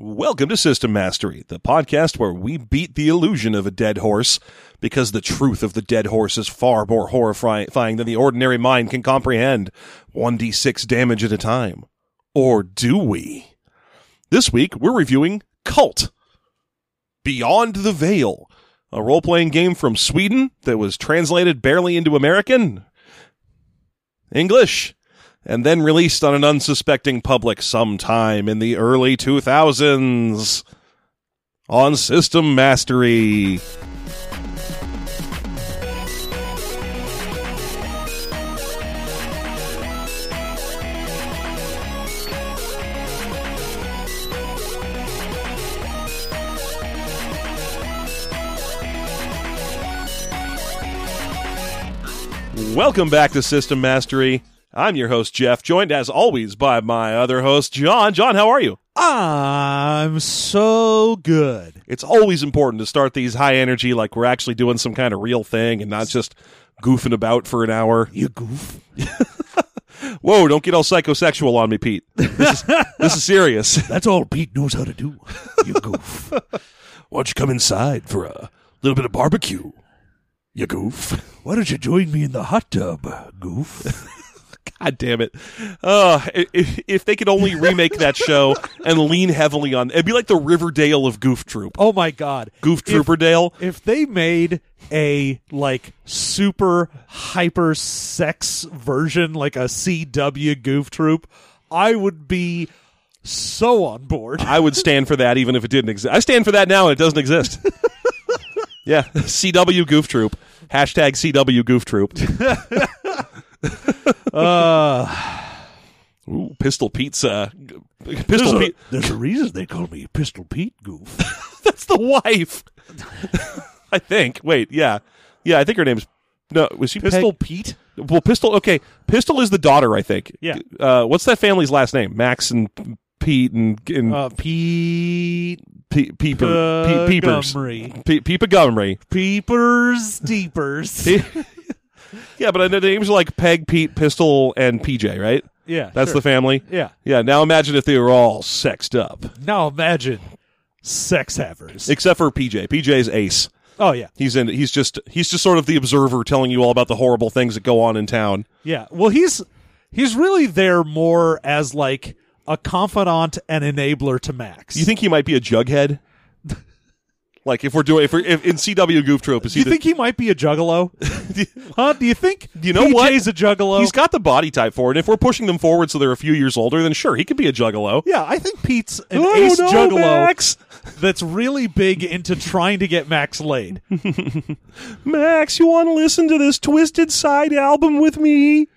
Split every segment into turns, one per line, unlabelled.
Welcome to System Mastery, the podcast where we beat the illusion of a dead horse because the truth of the dead horse is far more horrifying than the ordinary mind can comprehend, 1d6 damage at a time. Or do we? This week, we're reviewing Cult Beyond the Veil, a role playing game from Sweden that was translated barely into American, English, and then released on an unsuspecting public sometime in the early 2000s on System Mastery. Welcome back to System Mastery. I'm your host, Jeff, joined as always by my other host, John. John, how are you?
I'm so good.
It's always important to start these high energy, like we're actually doing some kind of real thing and not just goofing about for an hour.
You goof.
Whoa, don't get all psychosexual on me, Pete. This is, this is serious.
That's all Pete knows how to do. You goof.
Why don't you come inside for a little bit of barbecue? You goof.
Why don't you join me in the hot tub, goof?
God Ah, damn it. Uh, if, if they could only remake that show and lean heavily on it'd be like the Riverdale of Goof Troop.
Oh my god.
Goof
If-
Trooperdale.
If they made a like super hyper sex version, like a CW goof troop, I would be so on board.
I would stand for that even if it didn't exist. I stand for that now and it doesn't exist. yeah. CW Goof Troop. Hashtag CW Goof Troop.
Uh,
Ooh, Pistol Pizza. Pistol Pete.
there's a reason they call me Pistol Pete Goof.
That's the wife. I think. Wait, yeah. Yeah, I think her name's. No, was she
Pistol
Peg-
Pete?
Well, Pistol. Okay, Pistol is the daughter, I think.
Yeah.
Uh, what's that family's last name? Max and Pete and, and
Uh, Pete
Pe- Peeper, Pe- Peepers,
Montgomery.
Pe- Peepagumry.
Peepers deepers.
yeah, but I know the names are like Peg, Pete, Pistol, and PJ. Right?
yeah.
That's the family.
Yeah.
Yeah. Now imagine if they were all sexed up,
Now imagine sex havers.
except for PJ. PJ's ace.
oh yeah.
He's in. He's just. He's just sort of the observer, telling you all about the horrible things that go on in town.
Yeah. Well, he's he's really there more as like a confidant and enabler to Max.
Do you think he might be a jughead? like if we're doing if, we're, if in CW Goof Trope, is
Do
he
you
the,
think he might be a juggalo? huh? Do you think
You know what?
PJ's a juggalo?
He's got the body type for it. And if we're pushing them forward so they're a few years older, then sure, he could be a juggalo.
yeah, I think Pete's
I
an
don't
ace
know,
juggalo
Max.
that's really big into trying to get Max laid.
Max, you want to listen to this Twisted Side album with me?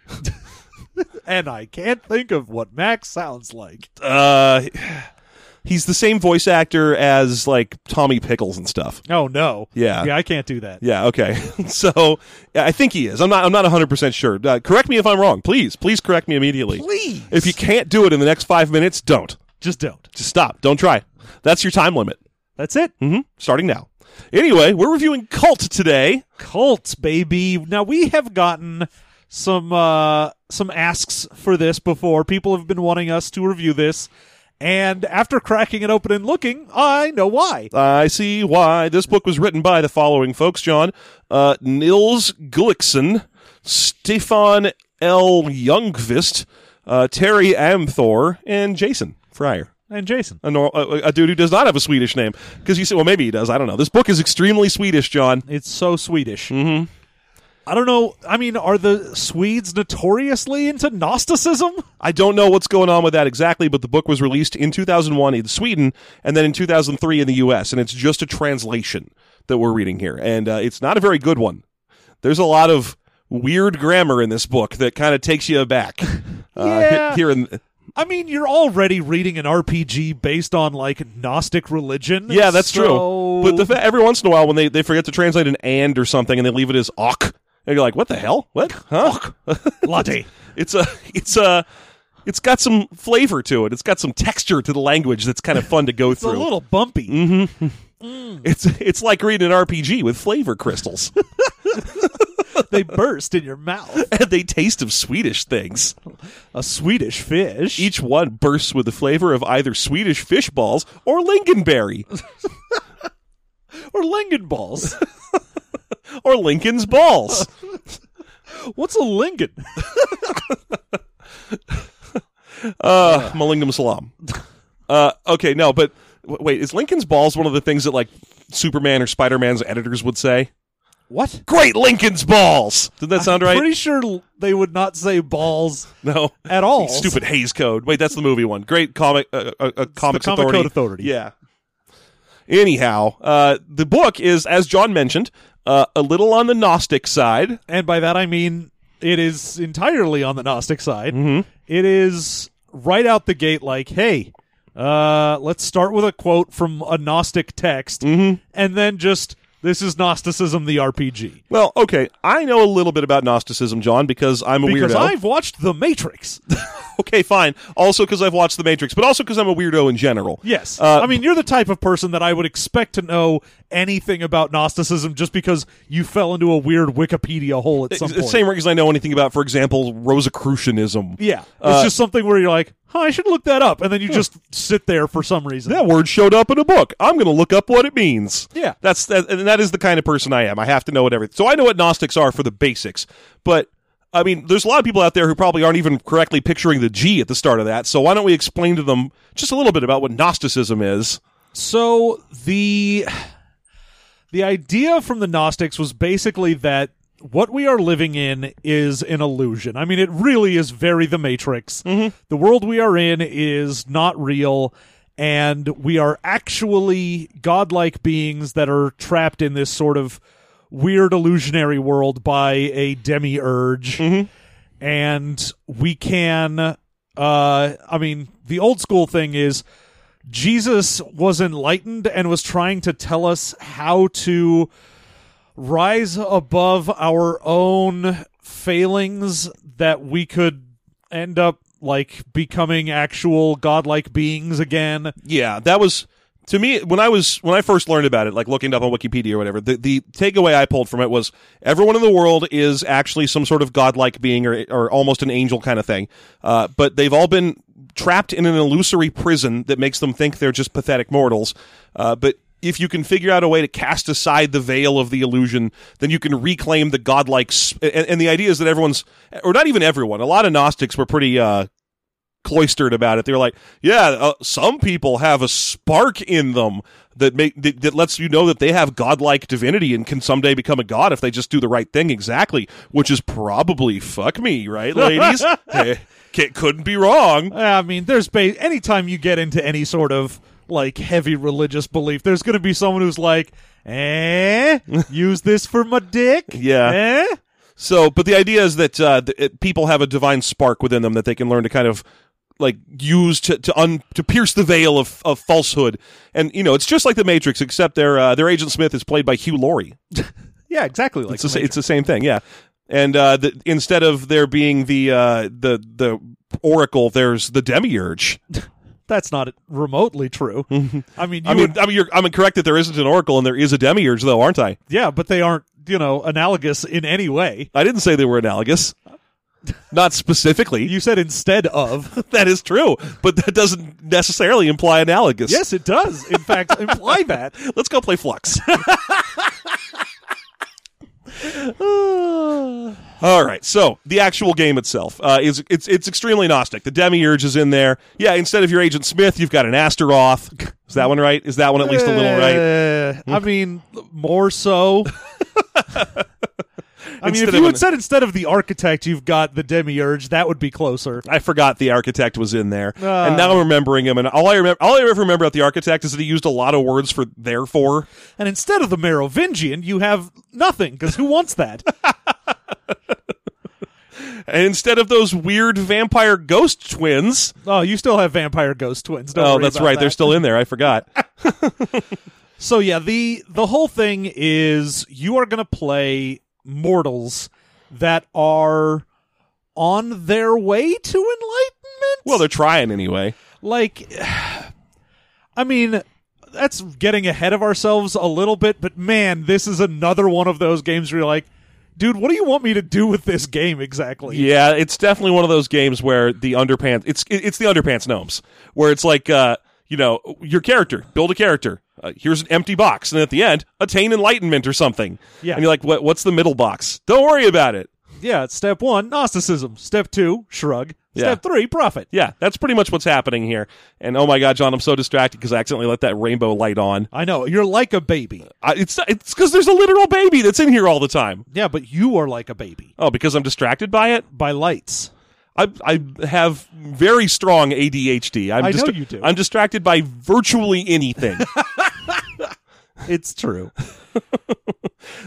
and I can't think of what Max sounds like.
Uh, he's the same voice actor as like Tommy Pickles and stuff.
Oh no.
Yeah.
Yeah, I can't do that.
Yeah, okay. so yeah, I think he is. I'm not. I'm not 100 percent sure. Uh, correct me if I'm wrong, please. Please correct me immediately.
Please.
If you can't do it in the next five minutes, don't.
just don't.
Just stop. Don't try. That's your time limit.
That's it.
hmm Starting now. Anyway, we're reviewing Cult today.
Cults, baby. Now we have gotten some uh some asks for this before. People have been wanting us to review this. And after cracking it open and looking, I know why.
I see why. This book was written by the following folks, John. Uh, Nils Gullickson, Stefan L. Youngvist, uh, Terry Amthor, and Jason Fryer.
And Jason.
A, nor- a, a dude who does not have a Swedish name. Because you say, well, maybe he does. I don't know. This book is extremely Swedish, John.
It's so Swedish. Mm-hmm. I don't know. I mean, are the Swedes notoriously into Gnosticism?
I don't know what's going on with that exactly, but the book was released in 2001 in Sweden and then in 2003 in the US, and it's just a translation that we're reading here. And uh, it's not a very good one. There's a lot of weird grammar in this book that kind of takes you aback. Uh, he-
Yeah.
here and
I mean, you're already reading an RPG based on like Gnostic religion.
yeah, that's
so-
true. But the fa- every once in a while, when they, they forget to translate an and or something and they leave it as och, and you're like, what the hell? What? Huh?
Latte.
It's a it's a it's got some flavor to it. It's got some texture to the language that's kind of fun to go
It's a
through.
little bumpy.
Mm-hmm. It's it's like reading an RPG with flavor crystals.
they burst in your mouth.
And they taste of Swedish things.
A Swedish fish.
Each one bursts with the flavor of either Swedish fish balls or lingonberry
or Lingon balls.
or Lincoln's balls.
What's a Lingon?
Uh, Malingam Salam. Uh, okay, no, but w- wait, is Lincoln's balls one of the things that like Superman or Spider Man's editors would say?
What?
Great Lincoln's balls. Did that sound right?
Pretty sure l- they would not say balls
no.
at all.
Stupid Hayes Code. Wait, that's the movie one. Great comic, uh, uh, uh, comics
Comic
authority.
Code Authority.
Yeah. Anyhow, uh, the book is, as John mentioned, uh, a little on the Gnostic side.
And by that I mean it is entirely on the Gnostic side.
Mm-hmm.
It is right out the gate like, hey, uh, let's start with a quote from a Gnostic text
Mm-hmm.
and then just this is Gnosticism the RPG.
Well, okay, I know a little bit about Gnosticism, John, because I'm a
Because
weirdo.
I've watched The Matrix.
okay, fine. Also because I've watched The Matrix, but also because I'm a weirdo in general.
Yes.
Uh,
I mean, you're the type of person that I would expect to know anything about Gnosticism just because you fell into a weird Wikipedia hole at some
It's the
point.
same reason I know anything about, for example, Rosicrucianism.
yeah. It's
Uh,
just something where you're like, huh, I should look that up. And then you just sit there for some reason.
That word showed up in a book. I'm going to look up what it means.
Yeah.
that's that, and that is the kind of person I am. I have to know what everything. So I know what Gnostics are for the basics, but I mean, there's a lot of people out there who probably aren't even correctly picturing the G at the start of that. So why don't we explain to them just a little bit about what Gnosticism is?
So the the idea from the Gnostics was basically that what we are living in is an illusion. I mean, it really is very the Matrix. The world we are in is not real, and we are actually godlike beings that are trapped in this sort of weird illusionary world by a demiurge and we can uh i mean the old school thing is jesus was enlightened and was trying to tell us how to rise above our own failings that we could end up like becoming actual godlike beings again
Yeah, that was to me when I was when I first learned about it, like looking it up on Wikipedia or whatever. The the takeaway I pulled from it was everyone in the world is actually some sort of godlike being or or almost an angel kind of thing, uh, but they've all been trapped in an illusory prison that makes them think they're just pathetic mortals. Uh, but if you can figure out a way to cast aside the veil of the illusion, then you can reclaim the godlike. Sp- and, and the idea is that everyone's, or not even everyone, a lot of Gnostics were pretty uh, cloistered about it. They're like, yeah, uh, some people have a spark in them that make that, that lets you know that they have godlike divinity and can someday become a god if they just do the right thing. Exactly, which is probably fuck me, right, ladies? Eh, ca- couldn't be wrong.
I mean, there's ba- anytime you get into any sort of like heavy religious belief, there's going to be someone who's like, "Eh, use this for my dick."
Yeah.
Eh?
So, but the idea is that uh, th- it, people have a divine spark within them that they can learn to kind of like use to to un to pierce the veil of, of falsehood. And you know, it's just like the Matrix, except their uh, their Agent Smith is played by Hugh Laurie.
Yeah, exactly. Like
it's the, sa- it's the same thing, yeah. And uh, the, instead of there being the uh, the the oracle, there's the demiurge.
that's not remotely true. I mean, you
I mean,
would,
I mean, you're, I'm correct that there isn't an oracle and there is a demiurge, though, aren't I?
yeah, but they aren't you know analogous in any way.
I didn't say they were analogous, not specifically.
You said instead of.
that is true, but that doesn't necessarily imply analogous.
yes, it does. In fact, imply that.
Let's go play Flux.
Uh,
All right. So the actual game itself uh, is it's it's extremely gnostic. The demiurge is in there. Yeah. Instead of your agent Smith, you've got an Astaroth. Is that one right? Is that one at least a little right?
Eh, I mean, more so. I mean,
Instead of
if you
an-
had said instead of the architect, you've got the demiurge, that would be closer.
I forgot the architect was in there,
Ah.
and now I'm remembering him. And all I remember, all I ever remember about the architect is that he used a lot of words for therefore.
And instead of the Merovingian, you have nothing, because who wants that?
And instead of those weird vampire ghost twins,
oh, you still have vampire ghost twins. Don't
oh,
worry
that's
about
right,
that.
they're still in there. I forgot.
So yeah, the the whole thing is you are going to play mortals that are on their way to enlightenment.
well, they're trying anyway.
like i mean that's getting ahead of ourselves a little bit but man this is another one of those games where you're like dude, what do you want me to do with this game exactly?
Yeah, it's definitely one of those games where the underpants it's it- it's the underpants gnomes where it's like uh you know your character build a character uh, here's an empty box and at the end attain enlightenment or something
Yeah.
and you're like what what's the middle box don't worry about it
Yeah, step one, Gnosticism. Step two, shrug. Step three, profit.
yeah that's pretty much what's happening here and oh my god John I'm so distracted because I accidentally let that rainbow light on
I know, you're like a baby.
I, it's it's because there's a literal baby that's in here all the time
Yeah, but you are like a baby.
oh because I'm distracted by it
By lights.
I, I have very strong ADHD. I'm
I know
distra-
you do.
I'm distracted by virtually anything.
It's true.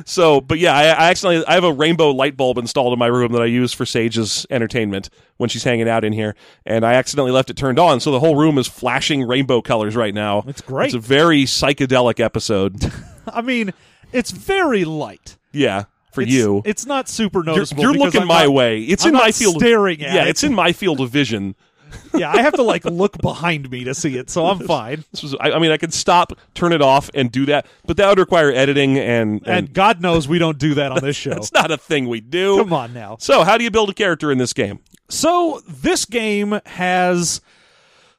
so, but yeah, I, I accidentally I have a rainbow light bulb installed in my room that I use for Sage's entertainment when she's hanging out in here, and I accidentally left it turned on, so the whole room is flashing rainbow colors right now.
It's great.
It's a very psychedelic episode.
I mean, it's very light.
yeah, for
It's-
you.
It's not super
You're,
noticeable.
you're
because
looking
I'm
my
not-
way. It's
I'm
in
not
my field.
staring at
yeah,
it.
it's in my field of vision.
Yeah, I have to like look behind me to see it, so I'm fine.
This was. I, I mean, I could stop, turn it off, and do that, but that would require editing and
And God knows we don't do that on this show.
It's not a thing we do.
Come on now.
So, how do you build a character in this game?
So this game has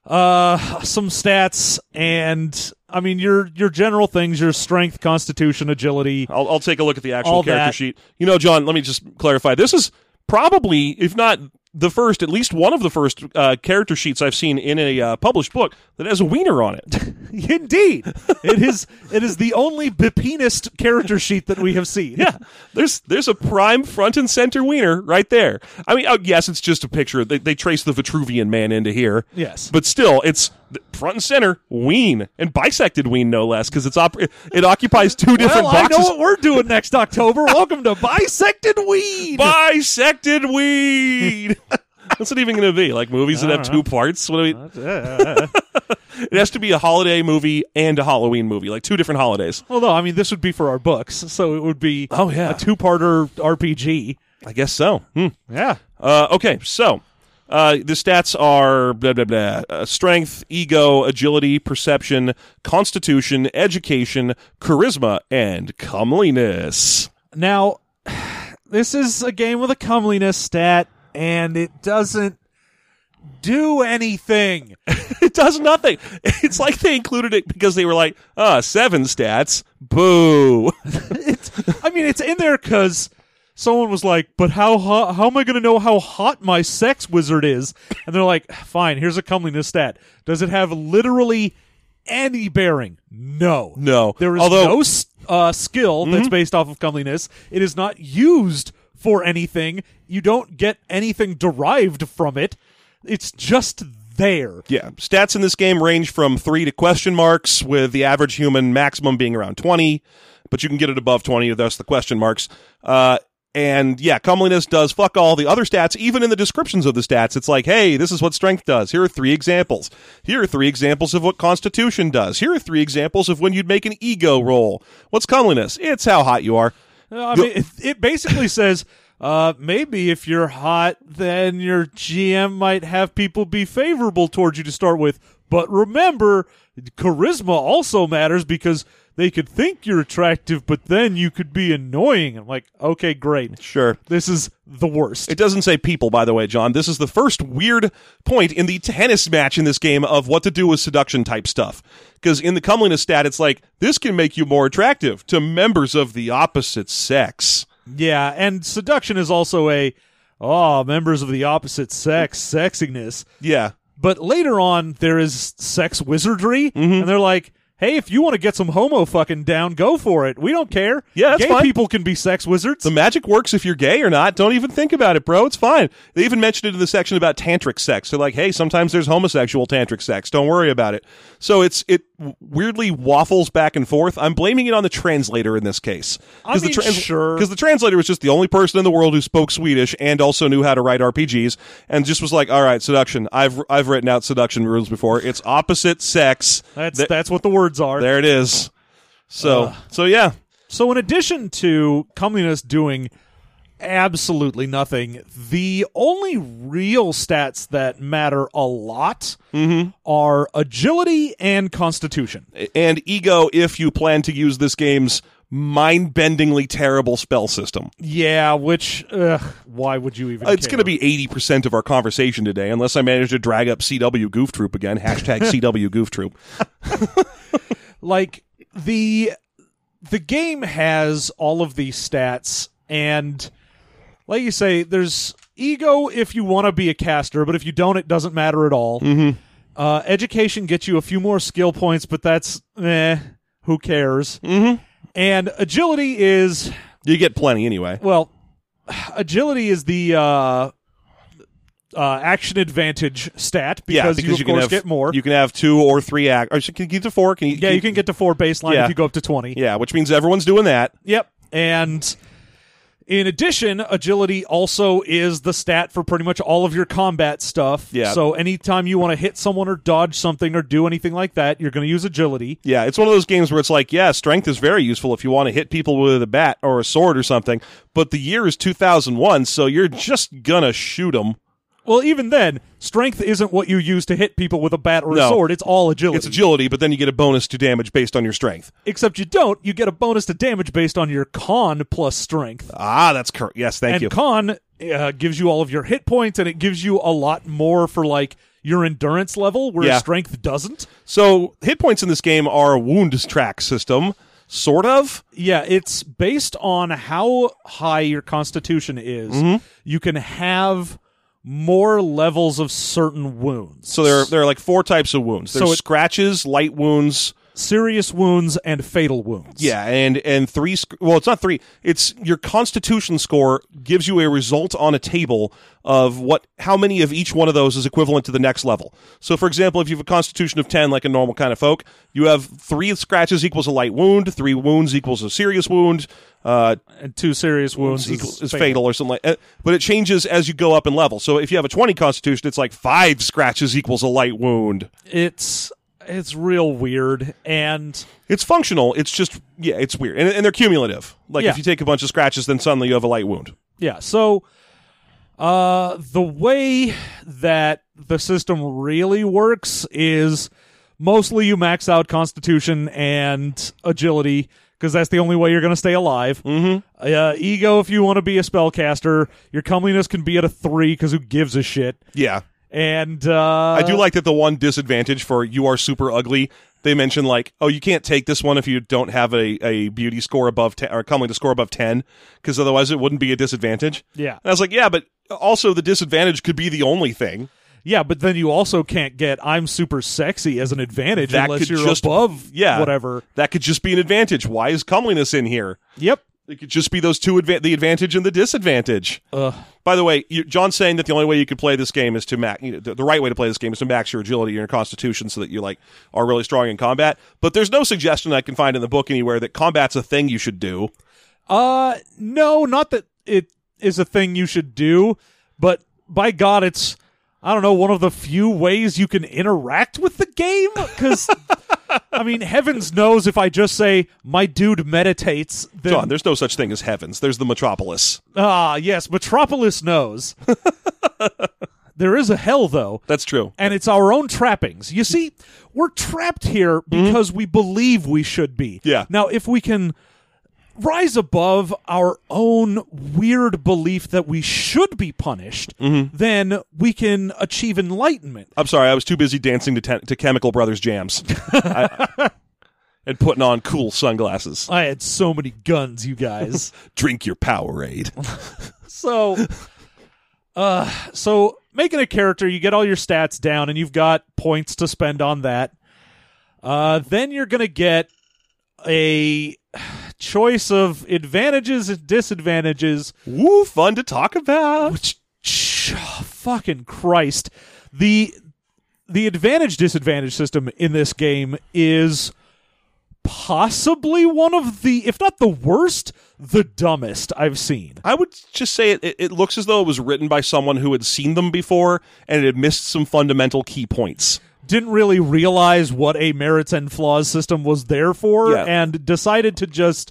uh some stats and I mean your your general things, your strength, constitution, agility.
I'll, I'll take a look at the actual
All
character
that.
sheet. You know, John, let me just clarify. This is probably, if not the first, at least one of the first uh, character sheets I've seen in a uh, published book that has a wiener on it.
Indeed. it is it is the only bepenist character sheet that we have seen.
yeah, there's there's a prime front and center wiener right there. I mean, oh, yes, it's just a picture. They, they trace the Vitruvian man into here.
Yes.
But still, it's th- front and center, ween, and bisected ween, no less, because it's op- it occupies two different
Well, I
boxes.
know what we're doing next October. Welcome to Bisected Weed.
bisected weed. What's it even going to be? Like movies that have two parts? What do we, it has to be a holiday movie and a Halloween movie, like two different holidays.
well, no, I mean this would be for our books, so it would be
Oh, yeah.
a two-parter RPG.
I guess so. Hmm.
Yeah.
Uh, okay, so uh, the stats are blah blah blah: uh, strength, ego, agility, perception, constitution, education, charisma, and comeliness.
Now, this is a game with a comeliness stat, and it doesn't do anything.
It does nothing. It's like they included it because they were like, ah, seven stats. Boo.
It's, I mean, it's in there because someone was like, "But how hot, how am I going to know how hot my sex wizard is?" And they're like, "Fine, here's a comeliness stat. Does it have literally any bearing? No,
No.
There is
Although-
no s- uh, skill that's based off of comeliness. It is not used for anything. You don't get anything derived from it. It's just there.
Yeah, stats in this game range from three to question marks, with the average human maximum being around twenty, but you can get it above twenty, thus the question marks. Uh, and yeah, comeliness does fuck all the other stats, even in the descriptions of the stats. It's like, hey, this is what strength does. Here are three examples. Here are three examples of what constitution does. Here are three examples of when you'd make an ego roll. What's comeliness? It's how hot you are.
Uh, I mean, it, it basically says uh, maybe if you're hot, then your GM might have people be favorable towards you to start with. But remember, charisma also matters because they could think you're attractive, but then you could be annoying. I'm like, okay, great.
Sure.
This is the worst.
It doesn't say people, by the way, John. This is the first weird point in the tennis match in this game of what to do with seduction type stuff. Because in the comeliness stat, it's like, this can make you more attractive to members of the opposite sex.
yeah, and seduction is also a, oh, members of the opposite sex, sexiness.
Yeah.
But later on, there is sex wizardry,
Mm-hmm.
and they're like, "Hey, if you want to get some homo fucking down, go for it. We don't care.
Yeah, that's
gay
fine.
people can be sex wizards.
The magic works if you're gay or not. Don't even think about it, bro. It's fine. They even mentioned it in the section about tantric sex. They're like, hey, sometimes there's homosexual tantric sex. Don't worry about it. So it's it weirdly waffles back and forth. I'm blaming it on the translator in this case.
I mean, sure.
Because the translator was just the only person in the world who spoke Swedish and also knew how to write RPGs and just was like, all right, seduction. I've I've written out seduction rules before. It's opposite sex.
that's
Th-
that's what the words are.
there it is. So so yeah.
So, in addition to comeliness doing absolutely nothing, the only real stats that matter a lot
Mm-hmm.
are agility and constitution.
and ego if you plan to use this game's mind-bendingly terrible spell system.
Yeah, which ugh, why would you even?
It's going to be 80% of our conversation today, unless I manage to drag up CW Goof Troop again. Hashtag CW Goof Troop.
like the the game has all of these stats, and like you say, there's ego if you want to be a caster, but if you don't, it doesn't matter at all.
Mm-hmm.
Uh, education gets you a few more skill points, but that's eh, who cares?
Mhm.
And agility is
You get plenty anyway.
well, agility is the uh, uh, action advantage stat because,
yeah,
you, of
because you, can
course
have
get more.
You can have two or three act. Or can you get to four? Can you?
yeah, you can get to four baseline
Yeah.
if you go up to twenty.
Yeah, which means everyone's doing that.
Yep. And in addition, agility also is the stat for pretty much all of your combat stuff.
Yeah.
So anytime you want to hit someone or dodge something or do anything like that, you're going to use agility.
Yeah, it's one of those games where it's like, yeah, strength is very useful if you want to hit people with a bat or a sword or something, but the year is 2001, so you're just gonna shoot them.
Well, even then, strength isn't what you use to hit people with a bat or
No.
a sword. It's all agility.
It's agility, but then you get a bonus to damage based on your strength.
Except you don't. You get a bonus to damage based on your con plus strength.
Ah, that's correct. Yes, thank
and
you.
con uh, gives you all of your hit points, and it gives you a lot more for like your endurance level, where
Yeah.
strength doesn't.
so hit points in this game are a wound track system, sort of.
Yeah, it's based on how high your constitution is.
Mm-hmm.
You can have more levels of certain wounds.
So there, there are like four types of wounds. There's
So it-
scratches, light wounds.
serious wounds and fatal wounds.
Yeah, and and three. sc- Well, it's not three. It's your Constitution score gives you a result on a table of what how many of each one of those is equivalent to the next level. So, for example, if you have a Constitution of ten, like a normal kind of folk, you have three scratches equals a light wound, three wounds equals a serious wound, uh,
and two serious wounds
equal- is fatal. or something like. That. But it changes as you go up in level. So, if you have a twenty Constitution, it's like five scratches equals a light wound.
It's it's real weird and
It's functional. It's just yeah, it's weird, and, and they're cumulative. Like
Yeah.
if you take a bunch of scratches, then suddenly you have a light wound.
Yeah. So, uh, the way that the system really works is mostly you max out Constitution and agility because that's the only way you're going to stay alive. Mm-hmm. Uh, ego, if you want to be a spellcaster, your comeliness can be at a three because who gives a shit?
Yeah.
And uh,
I do like that the one disadvantage for you are super ugly. They mention like, oh, you can't take this one if you don't have a, a beauty score above ten or coming to score above ten, because otherwise it wouldn't be a disadvantage.
Yeah.
and I was like, yeah, but also the disadvantage could be the only thing.
Yeah, but then you also can't get I'm super sexy as an advantage
That
unless
could
you're
just-
above
yeah.
whatever.
That could just be an advantage. Why is comeliness in here?
Yep.
It could just be those two adva- the advantage and the disadvantage.
Ugh.
By the way, you, John's saying that the only way you could play this game is to max. You know, the, the right way to play this game is to max your agility and your constitution so that you like are really strong in combat. But there's no suggestion I can find in the book anywhere that combat's a thing you should do.
Uh, no, not that it is a thing you should do, but by God, it's I don't know one of the few ways you can interact with the game because. I mean, heavens knows if I just say my dude meditates, then
John, there's no such thing as heavens. There's the metropolis.
ah yes, Metropolis knows. there is a hell though,
That's true.
and it's our own trappings. You see, we're trapped here because we believe we should be.
Yeah.
Now, if we can rise above our own weird belief that we should be punished, then we can achieve enlightenment.
I'm sorry, I was too busy dancing to, te- to Chemical Brothers jams I- and putting on cool sunglasses.
I had so many guns, you guys.
Drink your Powerade.
so, uh, so making a character, you get all your stats down, and you've got points to spend on that. Uh, then you're gonna get a choice of advantages and disadvantages.
Woo, fun to talk about.
Which, sh- fucking Christ, the the advantage disadvantage system in this game is possibly one of the, if not the worst, the dumbest I've seen.
I would just say it, it, it looks as though it was written by someone who had seen them before and it had missed some fundamental key points.
didn't really realize what a merits and flaws system was there for
Yeah.
and decided to just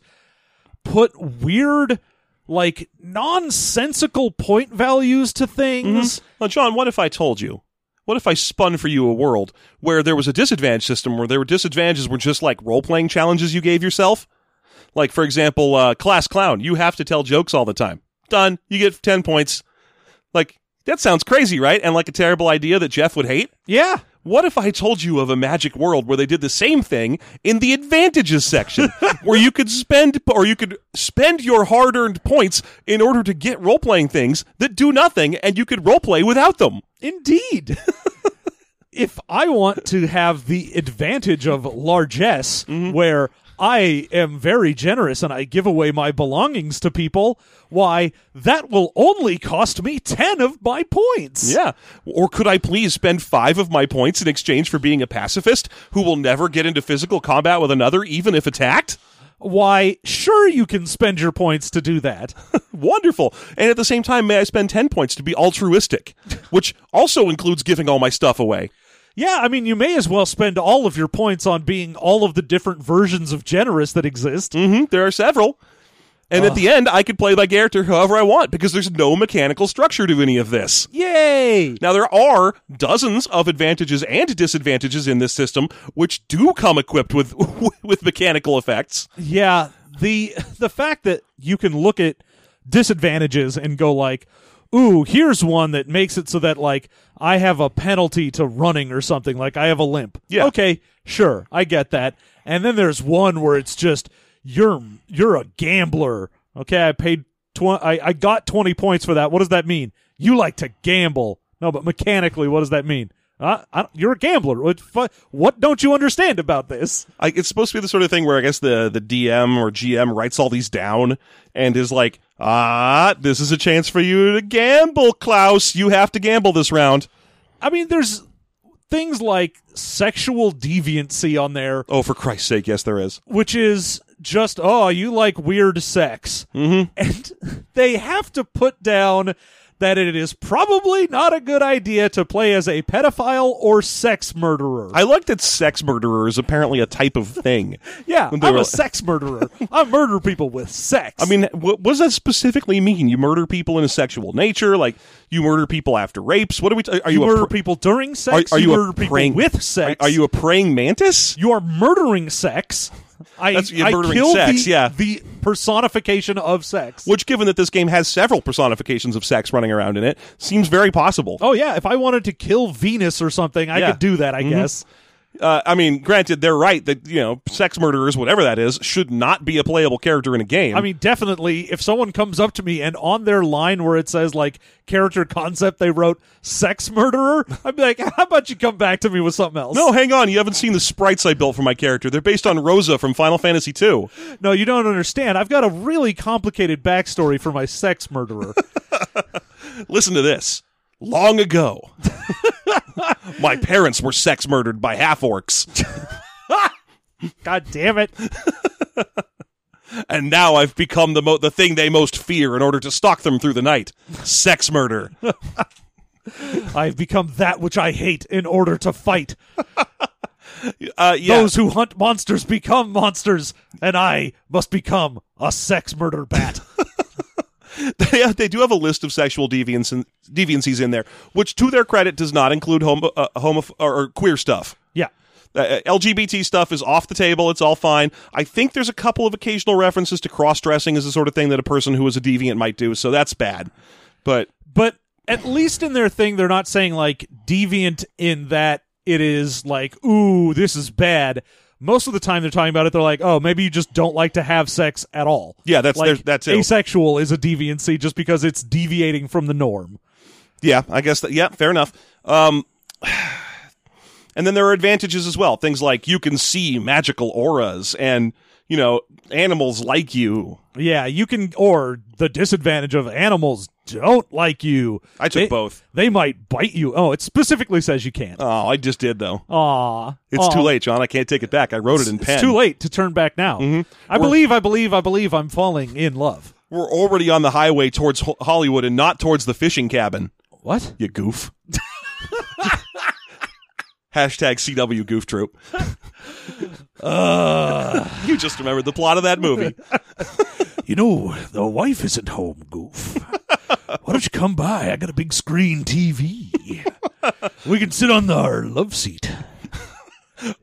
put weird like nonsensical point values to things
Now, John, what if I told you? What if I spun for you a world where there was a disadvantage system where there were disadvantages were just like role playing challenges you gave yourself? Like, for example, uh, class clown, you have to tell jokes all the time. Done. You get 10 points. Like, that sounds crazy, right? And like a terrible idea that Jeff would hate.
Yeah.
What if I told you of a magic world where they did the same thing in the advantages section, where you could spend or you could spend your hard-earned points in order to get role-playing things that do nothing, and you could role-play without them?
Indeed. if I want to have the advantage of largesse,
Mm-hmm.
where I am very generous and I give away my belongings to people, why, that will only cost me 10 of my points.
Yeah. Or could I please spend five of my points in exchange for being a pacifist who will never get into physical combat with another, even if attacked?
Why, sure, you can spend your points to do that.
Wonderful. And at the same time, may I spend 10 points to be altruistic, which also includes giving all my stuff away.
yeah, I mean, you may as well spend all of your points on being all of the different versions of generous that exist.
hmm there are several. And at the end, I could play my character however I want because there's no mechanical structure to any of this.
Yay!
Now, there are dozens of advantages and disadvantages in this system, which do come equipped with, with mechanical effects.
Yeah, the the fact that you can look at disadvantages and go like, "Ooh, here's one that makes it so that like I have a penalty to running or something, like I have a limp."
Yeah.
Okay, sure, I get that. And then there's one where it's just you're you're a gambler. Okay, I paid tw- I I got 20 points for that. What does that mean? You like to gamble. No, but mechanically, what does that mean? Uh, I, don't- you're a gambler. What, fu- what don't you understand about this?
I, it's supposed to be the sort of thing where I guess the the DM or GM writes all these down and is like, ah, this is a chance for you to gamble, Klaus. You have to gamble this round.
I mean, there's things like sexual deviancy on there,
Oh, for Christ's sake, yes, there is.
which is just, oh, you like weird sex. Mm-hmm. And they have to put down that it is probably not a good idea to play as a pedophile or sex murderer.
I like that sex murderer is apparently a type of thing.
yeah,
They
I'm
were-
a sex murderer. I murder people with sex.
I mean, what, what does that specifically mean? You murder people in a sexual nature, like you murder people after rapes. What are we? T- are you,
you
a
murder
pr-
people during sex.
are you a
murder people
praying-
with
are,
sex.
are you a praying mantis?
you are murdering sex. I,
That's- you're
I
murdering
kill
sex,
the,
yeah.
the personification of sex.
Which, given that this game has several personifications of sex running around in it, seems very possible.
Oh yeah, if I wanted to kill Venus or something, I
Yeah. Mm-hmm.
could do that, I guess.
uh, I mean, granted, they're right that you know, sex murderers, whatever that is, should not be a playable character in a game.
I mean, definitely if someone comes up to me and on their line where it says like character concept they wrote sex murderer, I'd be like, how about you come back to me with something else?
no, Oh, hang on, you haven't seen the sprites I built for my character. They're based on Rosa from Final Fantasy II.
No, you don't understand. I've got a really complicated backstory for my sex murderer.
Listen to this. Long ago, my parents were sex murdered by half orcs,
God damn it.
and now I've become the mo- the thing they most fear in order to stalk them through the night. Sex murder.
I've become that which I hate in order to fight.
Uh, yeah.
Those who hunt monsters become monsters, and I must become a sex murder bat.
they, they do have a list of sexual deviance and, deviancies in there, which, to their credit, does not include homo, uh, homo or, or queer stuff.
yeah.
Uh, LGBT stuff is off the table. It's all fine. I think there's a couple of occasional references to cross dressing as the sort of thing that a person who is a deviant might do, so that's bad. But
but at least in their thing they're not saying like deviant in that it is like ooh this is bad most of the time they're talking about it they're like oh maybe you just don't like to have sex at all
Yeah, that's-
like,
there's- that's it.
asexual is a deviancy just because it's deviating from the norm
yeah, I guess that, yeah, fair enough. Um, and then there are advantages as well. Things like you can see magical auras and, you know, animals like you.
yeah you can or the disadvantage of animals don't like you
I took
They-
both.
they might bite you oh it specifically says you can't
Oh, I just did though.
Aw.
It's
Aw.
too late, John. I can't take it back. I wrote it in pen. Mm-hmm.
it's too late to turn back now i believe i believe i believe i'm falling in love
We're already on the highway towards Ho- Hollywood and not towards the fishing cabin.
what
You goof. Hashtag CW Goof Troop. Uh, you just remembered the plot of that movie.
You know, the wife isn't home, Goof. Why don't you come by? I got a big screen TV. we can sit on our love seat.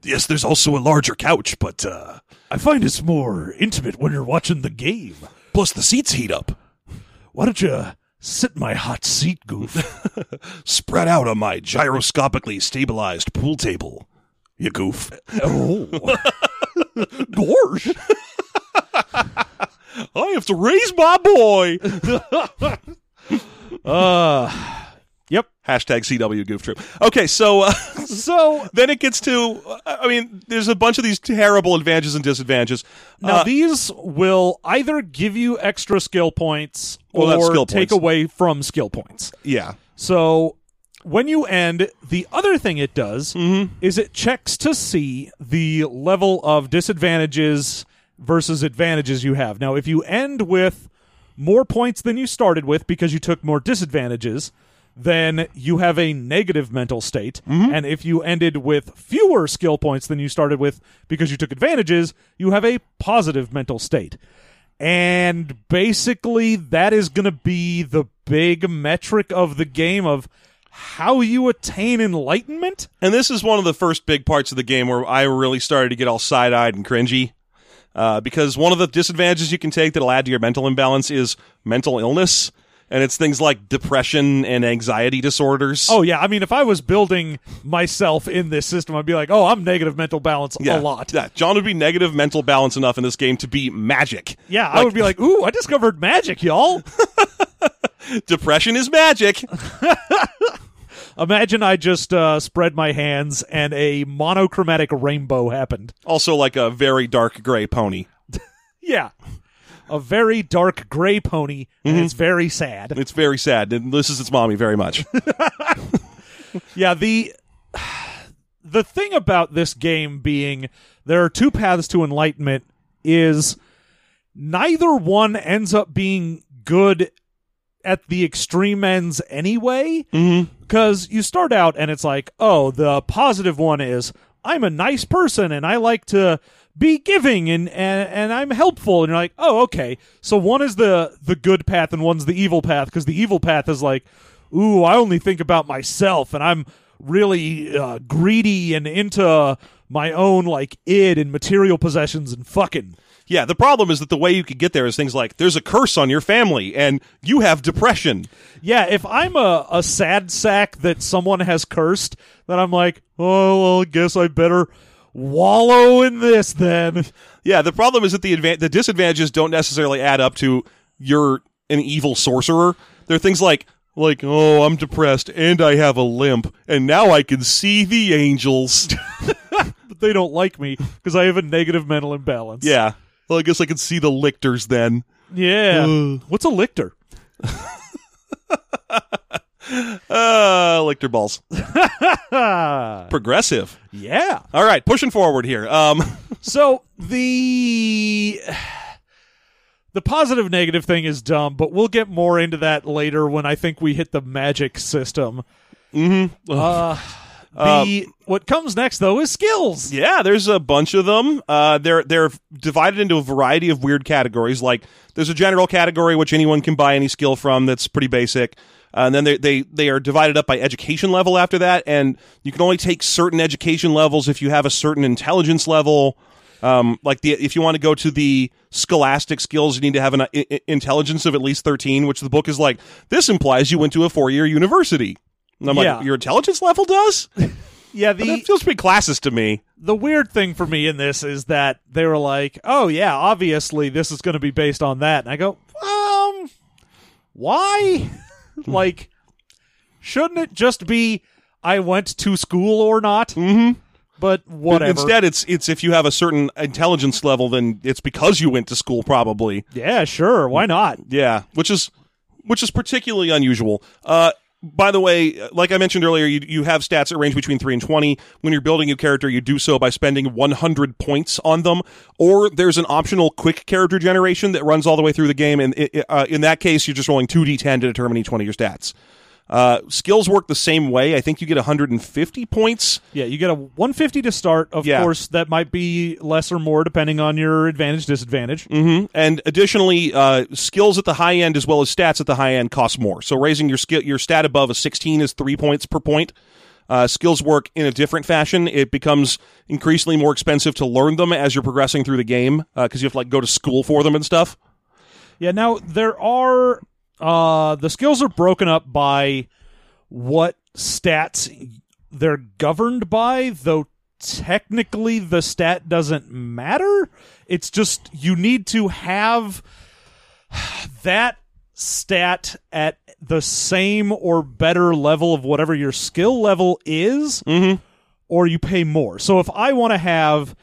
Yes, there's also a larger couch, but uh,
I find it's more intimate when you're watching the game.
Plus, the seats heat up.
Why don't you sit in my hot seat, Goof?
Spread out on my gyroscopically stabilized pool table. You goof.
oh, gosh.
I have to raise my boy.
Uh, yep.
Hashtag CW goof trip. Okay, so uh,
So
then it gets to, uh, I mean, there's a bunch of these terrible advantages and disadvantages.
now
Uh,
these will either give you extra skill points
Well,
or
that's skill
take
points.
away from skill points.
yeah.
So when you end, the other thing it does is it checks to see the level of disadvantages versus advantages you have. Now, if you end with more points than you started with because you took more disadvantages, then you have a negative mental state. And if you ended with fewer skill points than you started with because you took advantages, you have a positive mental state. And basically, that is going to be the big metric of the game of how you attain enlightenment.
And this is one of the first big parts of the game where I really started to get all side eyed and cringy. Uh, because one of the disadvantages you can take that'll add to your mental imbalance is mental illness. And it's things like depression and anxiety disorders.
Oh, yeah. I mean, if I was building myself in this system, I'd be like, oh, I'm negative mental balance
yeah.
a lot.
Yeah. John would be negative mental balance enough in this game to be magic.
Yeah, I would be like, ooh, I discovered magic, y'all.
Depression is magic.
Imagine I just uh, spread my hands and a monochromatic rainbow happened.
also, like a very dark gray pony.
Yeah. A very dark gray pony, and
Mm-hmm.
it's very sad.
It's very sad. And this is its mommy very much.
Yeah, the the thing about this game being there are two paths to enlightenment is neither one ends up being good at the extreme ends anyway because you start out and it's like oh the positive one is i'm a nice person and i like to be giving and, and and i'm helpful and you're like oh okay so one is the the good path and one's the evil path because the evil path is like ooh i only think about myself and i'm really uh, greedy and into my own like id and material possessions and fucking
yeah. The problem is that the way you could get there is things like there's a curse on your family and you have depression.
Yeah, if I'm a, a sad sack that someone has cursed, then I'm like, oh, well, I guess I better wallow in this then.
Yeah, the problem is that the advan- the disadvantages don't necessarily add up to you're an evil sorcerer. There are things like like oh, I'm depressed and I have a limp and now I can see the angels.
But they don't like me because I have a negative mental imbalance.
yeah. Well, I guess I can see the lictors then.
Yeah. What's a lictor?
Uh, lictor balls.
Ah,
Progressive.
yeah.
All right, pushing forward here. Um
So the the positive negative thing is dumb, but we'll get more into that later when I think we hit the magic system. Mm-hmm. Uh, the what comes next though is skills.
Yeah, there's a bunch of them. Uh, they're they're divided into a variety of weird categories. Like there's a general category which anyone can buy any skill from. That's pretty basic. Uh, and then they, they they are divided up by education level after that, and you can only take certain education levels if you have a certain intelligence level. Um, like the if you want to go to the scholastic skills, you need to have an uh, i- i- intelligence of at least thirteen, which the book is like. This implies you went to a four year university. And I'm
Yeah.
like, your intelligence level does?
Yeah, the
That feels pretty classist to me.
the weird thing for me in this is that they were like, "Oh yeah, obviously this is going to be based on that," and I go, "Um, why? like, shouldn't it just be I went to school or not?" Mm-hmm. But whatever.
Instead, it's it's if you have a certain intelligence level, then it's because you went to school, probably.
yeah, sure, why not?
Yeah, which is which is particularly unusual. Uh, by the way, like I mentioned earlier, you you have stats that range between three and twenty. When you're building a character, you do so by spending one hundred points on them, or there's an optional quick character generation that runs all the way through the game. And i i- uh, in that case, you're just rolling two d10 to determine each one of your stats. Uh, skills work the same way. I think you get 150 points.
Yeah, you get a 150 to start. Of
Yeah.
course, that might be less or more depending on your advantage disadvantage.
hmm And additionally, uh, skills at the high end as well as stats at the high end cost more. So raising your skill, your stat above a 16 is three points per point. Uh, skills work in a different fashion. It becomes increasingly more expensive to learn them as you're progressing through the game because you have to like go to school for them and stuff.
Yeah, now there are uh the skills are broken up by what stats they're governed by, though technically the stat doesn't matter. It's just you need to have that stat at the same or better level of whatever your skill level is
Mm-hmm.
or you pay more. So if I want to have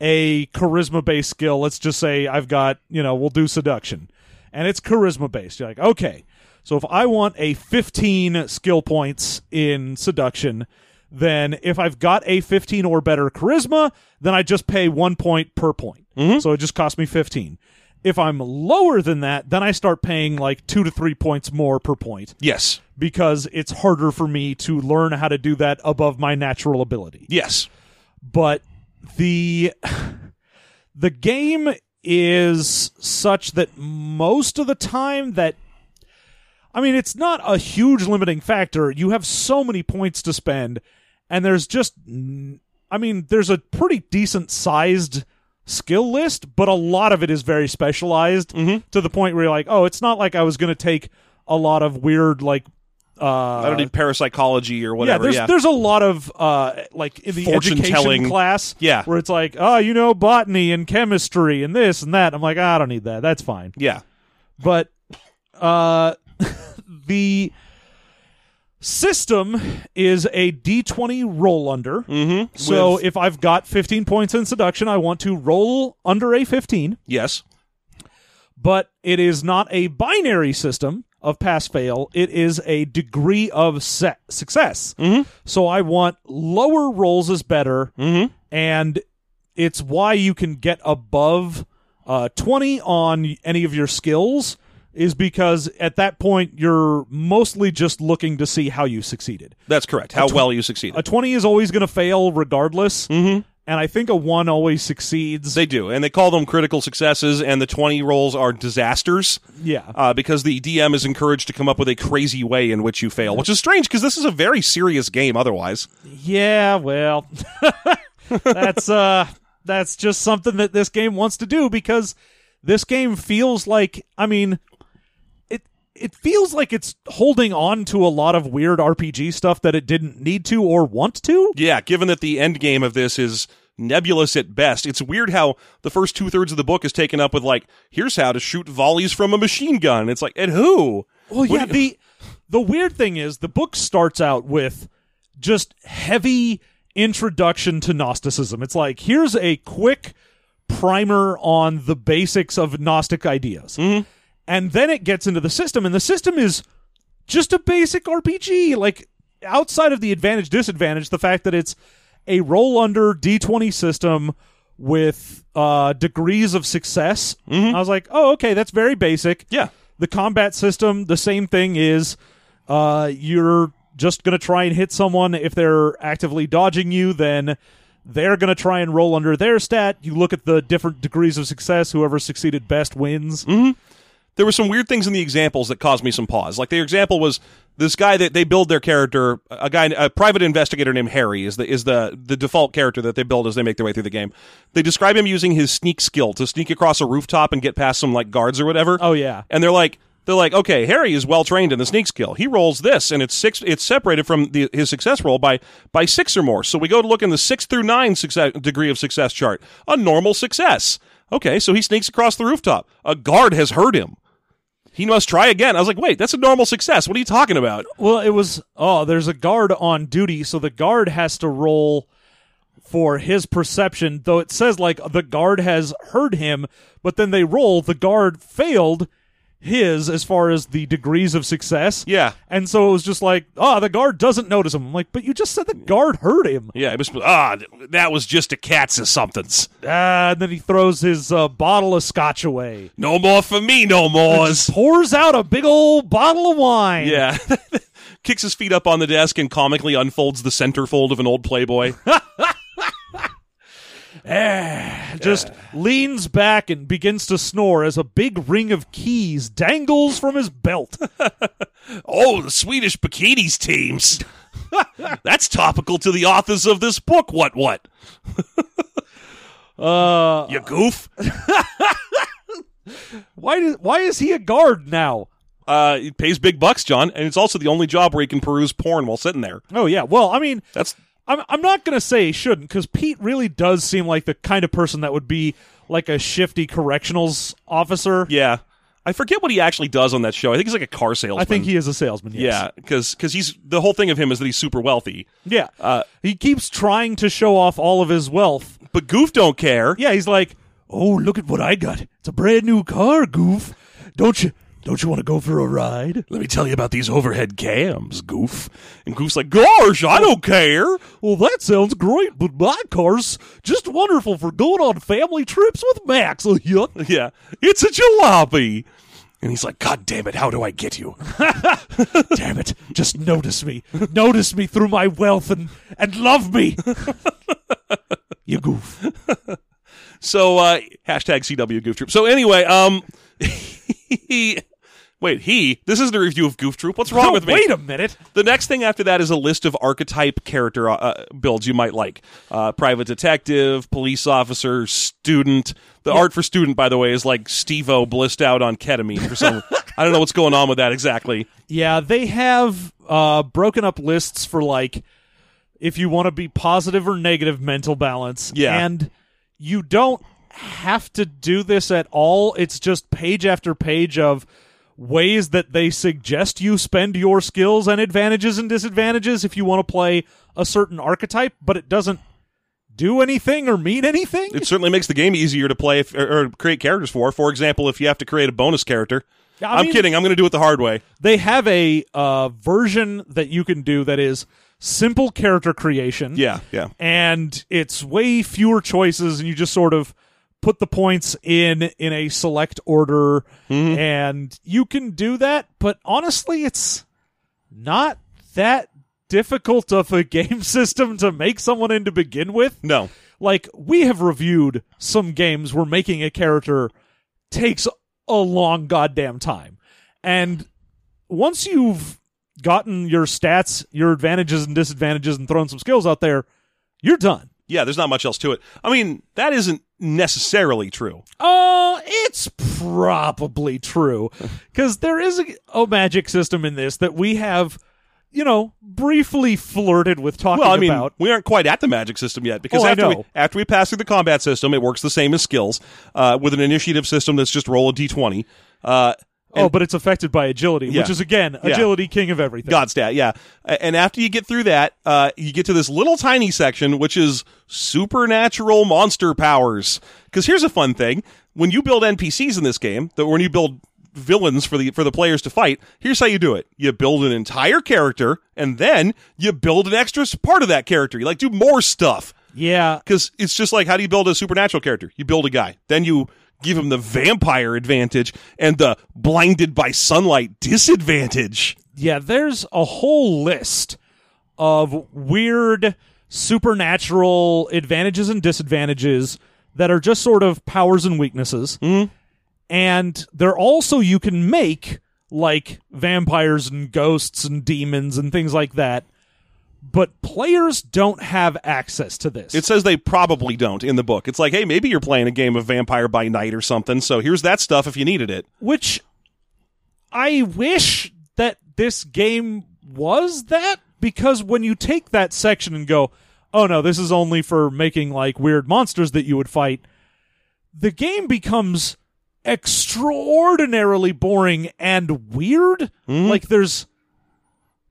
a charisma based skill, let's just say I've got, you know, we'll do seduction and it's charisma based. You're like, okay. So if I want a 15 skill points in seduction, then if I've got a 15 or better charisma, then I just pay one point per point. So it just costs me 15. If I'm lower than that, then I start paying like two to three points more per point
Yes.
because it's harder for me to learn how to do that above my natural ability
Yes.
but the the game is such that most of the time that I mean it's not a huge limiting factor. You have so many points to spend and there's just n- I mean there's a pretty decent sized skill list, but a lot of it is very specialized to the point where you're like, "Oh, it's not like I was going to take a lot of weird like uh,
I don't need parapsychology or
yeah,
whatever.
there's
Yeah.
there's a lot of uh, like in the
Fortune
education
telling.
class,
Yeah.
where it's like, oh, you know, botany and chemistry and this and that. I'm like, "Ah, I don't need that. That's fine.
yeah.
But uh, the system is a D20 roll under.
Mm-hmm.
So if I've got 15 points in seduction, I want to roll under a 15
yes.
but it is not a binary system of pass fail. It is a degree of se- success. So I want lower rolls is better,
Mm-hmm.
and it's why you can get above uh, 20 on any of your skills, is because at that point you're mostly just looking to see how you succeeded.
That's correct. How well you succeeded.
A 20 is always going to fail regardless,
Mhm.
and I think a 1 always succeeds.
They do, and they call them critical successes, and the 20 rolls are disasters
yeah.
uh, because the DM is encouraged to come up with a crazy way in which you fail, which is strange because this is a very serious game otherwise.
Yeah, well, that's uh that's just something that this game wants to do because this game feels like I mean it it feels like it's holding on to a lot of weird RPG stuff that it didn't need to or want to.
Yeah, given that the end game of this is nebulous at best, it's weird how the first two thirds of the book is taken up with, like, here's how to shoot volleys from a machine gun. It's like, and who?
Well,
What
yeah,
do
the the weird thing is the book starts out with just heavy introduction to Gnosticism. It's like here's a quick primer on the basics of Gnostic ideas.
Mm-hmm.
And then it gets into the system and the system is just a basic RPG like outside of the advantage disadvantage the fact that it's a roll under D20 system with uh degrees of success.
Mm-hmm.
I was like, "Oh, okay, that's very basic."
Yeah.
the combat system the same thing is uh you're just going to try and hit someone if they're actively dodging you then they're going to try and roll under their stat you look at the different degrees of success whoever succeeded best wins
there were some weird things in the examples that caused me some pause. Like their example was this guy that they build their character, a guy, a private investigator named Harry is the is the the default character that they build as they make their way through the game. They describe him using his sneak skill to sneak across a rooftop and get past some like guards or whatever.
oh yeah
And they're like they're like, okay, Harry is well trained in the sneak skill. He rolls this, and it's six. It's separated from the, his success roll by by six or more. So we go to look in the six through nine success, degree of success chart. A normal success. Okay, so he sneaks across the rooftop. A guard has heard him. He must try again. I was like, wait, that's a normal success. What are you talking about?
well it was oh there's a guard on duty so the guard has to roll for his perception though it says like the guard has heard him but then they roll the guard failed his as far as the degrees of success
Yeah,
And so it was just like, ah, the guard doesn't notice him. I'm like, but you just said the guard heard him.
yeah. It was ah, th- that was just a cats or somethings.
Ah, and then he throws his uh, bottle of scotch away.
No more for me, no more.
Pours out a big old bottle of wine.
Yeah. Kicks his feet up on the desk and comically unfolds the centerfold of an old Playboy.
Just leans back and begins to snore as a big ring of keys dangles from his belt.
Oh, the Swedish bikinis teams. That's topical to the authors of this book. What? What?
Uh,
You goof?
why do, why is he a guard now?
Uh, it pays big bucks, John, and it's also the only job where you can peruse porn while sitting there.
Oh yeah. Well, I mean,
That's
I'm I'm not gonna say he shouldn't because Pete really does seem like the kind of person that would be like a shifty correctionals officer.
yeah. I forget what he actually does on that show. I think he's like a car salesman.
I think he is a salesman. Yes.
Yeah, because he's the whole thing of him is that he's super wealthy,
Yeah.
Uh,
he keeps trying to show off all of his wealth.
but Goof don't care.
Yeah, he's like, "Oh, look at what I got. It's a brand new car, goof. Don't you don't you want to go for a ride?"
Let me tell you about these overhead cams, Goof. And Goof's like, "Gosh, I don't care."
Well, that sounds great, but my car's just wonderful for going on family trips with Max. Oh, yuck.
Yeah, it's a jalopy. And he's like, "God damn it, how do I get you?"
Damn it. Just notice me. Notice me through my wealth and, and love me. you goof.
So uh, hashtag CW Goof Troop. So anyway, um, he, wait, he. This isn't a review of Goof Troop. What's wrong
Oh,
with me?
Wait a minute.
The next thing after that is a list of archetype character uh, builds you might like: uh, private detective, police officer, student. The art for student, by the way, is like Steve-O blissed out on ketamine for some. I don't know what's going on with that exactly.
Yeah, they have uh, broken up lists for like if you want to be positive or negative mental balance.
Yeah.
And you don't have to do this at all. It's just page after page of ways that they suggest you spend your skills and advantages and disadvantages if you want to play a certain archetype, but it doesn't do anything or mean anything.
It certainly makes the game easier to play if, or, or create characters for. For example, if you have to create a bonus character.
Yeah, I
I'm
mean-
kidding. I'm going to do it the hard way.
they have a uh, version that you can do that is simple character creation.
Yeah, yeah.
and it's way fewer choices and you just sort of put the points in in a select order and you can do that but honestly it's not that difficult of a game system to make someone in to begin with
No.
like we have reviewed some games where making a character takes a long goddamn time and once you've gotten your stats your advantages and disadvantages and thrown some skills out there you're done
Yeah, there's not much else to it. I mean, that isn't necessarily true.
Uh, it's probably true because there is a, a magic system in this that we have, you know, briefly flirted with talking
Well, I mean,
about.
we aren't quite at the magic system yet because
Oh, I
after we
know.
after we pass through the combat system, it works the same as skills uh, with an initiative system that's just roll a d20. Uh,
Oh, but it's affected by agility,
Yeah.
which is again
Yeah.
agility king of everything.
God stat, yeah. A- And after you get through that, uh, you get to this little tiny section, which is supernatural monster powers. Because here's a fun thing: when you build NPCs in this game, that when you build villains for the for the players to fight, here's how you do it: you build an entire character, and then you build an extra s- part of that character. You like do more stuff
Yeah,
because it's just like how do you build a supernatural character? You build a guy, then you give him the vampire advantage and the blinded by sunlight disadvantage.
yeah. There's a whole list of weird supernatural advantages and disadvantages that are just sort of powers and weaknesses. and they're also you can make like vampires and ghosts and demons and things like that but players don't have access to this
It says they probably don't in the book. It's like, hey, maybe you're playing a game of Vampire by Night or something, so here's that stuff if you needed it.
which i wish that this game was that because when you take that section and go oh no this is only for making like weird monsters that you would fight the game becomes extraordinarily boring and weird. Like there's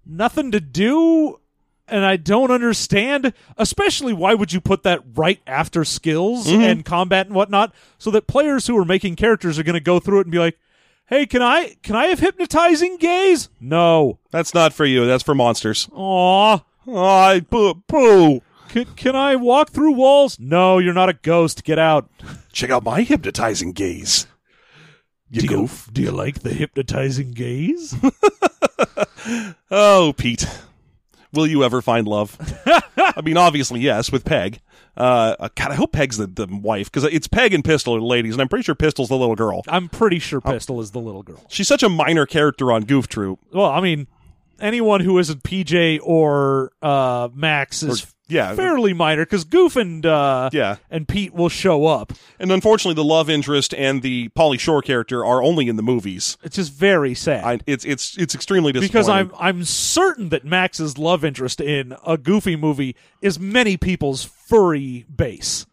nothing to do and I don't understand, especially why would you put that right after skills
Mm-hmm.
and combat and whatnot so that players who are making characters are going to go through it and be like, "Hey, can I can I have hypnotizing gaze?" No.
That's not for you. That's for monsters.
Aw.
I boo, boo.
Can, can I walk through walls? No, you're not a ghost. Get out.
Check out my hypnotizing gaze. You goof.
do you like the hypnotizing gaze?
Oh, Pete. Will you ever find love? I mean, obviously, yes, with Peg. Uh, uh, God, I hope Peg's the, the wife, because it's Peg and Pistol are the ladies, and I'm pretty sure Pistol's the little girl.
I'm pretty sure Pistol is the little girl.
She's such a minor character on Goof Troop.
Well, I mean, anyone who isn't PJ or uh, Max is
yeah.
fairly minor because Goof and uh,
yeah.
and Pete will show up.
And unfortunately, the love interest and the Polly Shore character are only in the movies.
It's just very sad.
I, it's it's it's extremely disappointing.
because I'm I'm certain that Max's love interest in a goofy movie is many people's furry base.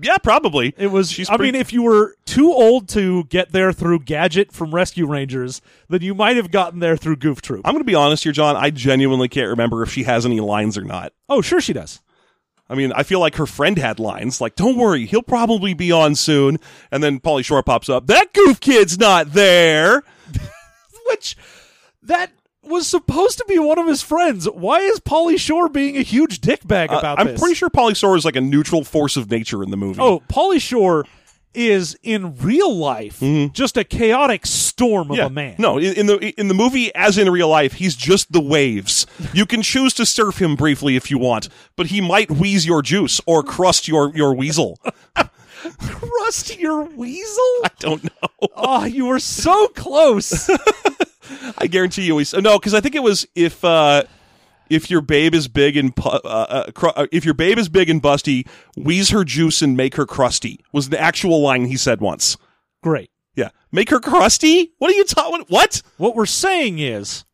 yeah, probably
It was.
She's
I
pretty-
mean, if you were too old to get there through Gadget from Rescue Rangers, then you might have gotten there through Goof Troop.
I'm going to be honest here, John. I genuinely can't remember if she has any lines or not.
oh, sure, she does.
I mean, I feel like her friend had lines like, "Don't worry, he'll probably be on soon." And then Polly Shore pops up. That goof kid's not there.
Which that was supposed to be one of his friends. Why is Polly Shore being a huge dickbag
Uh,
about
I'm
this?
pretty sure Polly Shore is like a neutral force of nature in the movie.
Oh, Polly Shore is in real life just a chaotic storm
Mm-hmm.
of
Yeah.
a oh, man.
No, in, in the in the movie, as in real life, he's just the waves. You can choose to surf him briefly if you want, but he might wheeze your juice or crust your your weasel.
Crust your weasel?
Don't know.
Oh, you were so close.
I guarantee you, he's no, because I think it was if uh, if your babe is big and pu- uh, uh, cru- uh, if your babe is big and busty, wheeze her juice and make her crusty was the actual line he said once.
Great.
Yeah, make her crusty. What are you talking? What?
What we're saying is,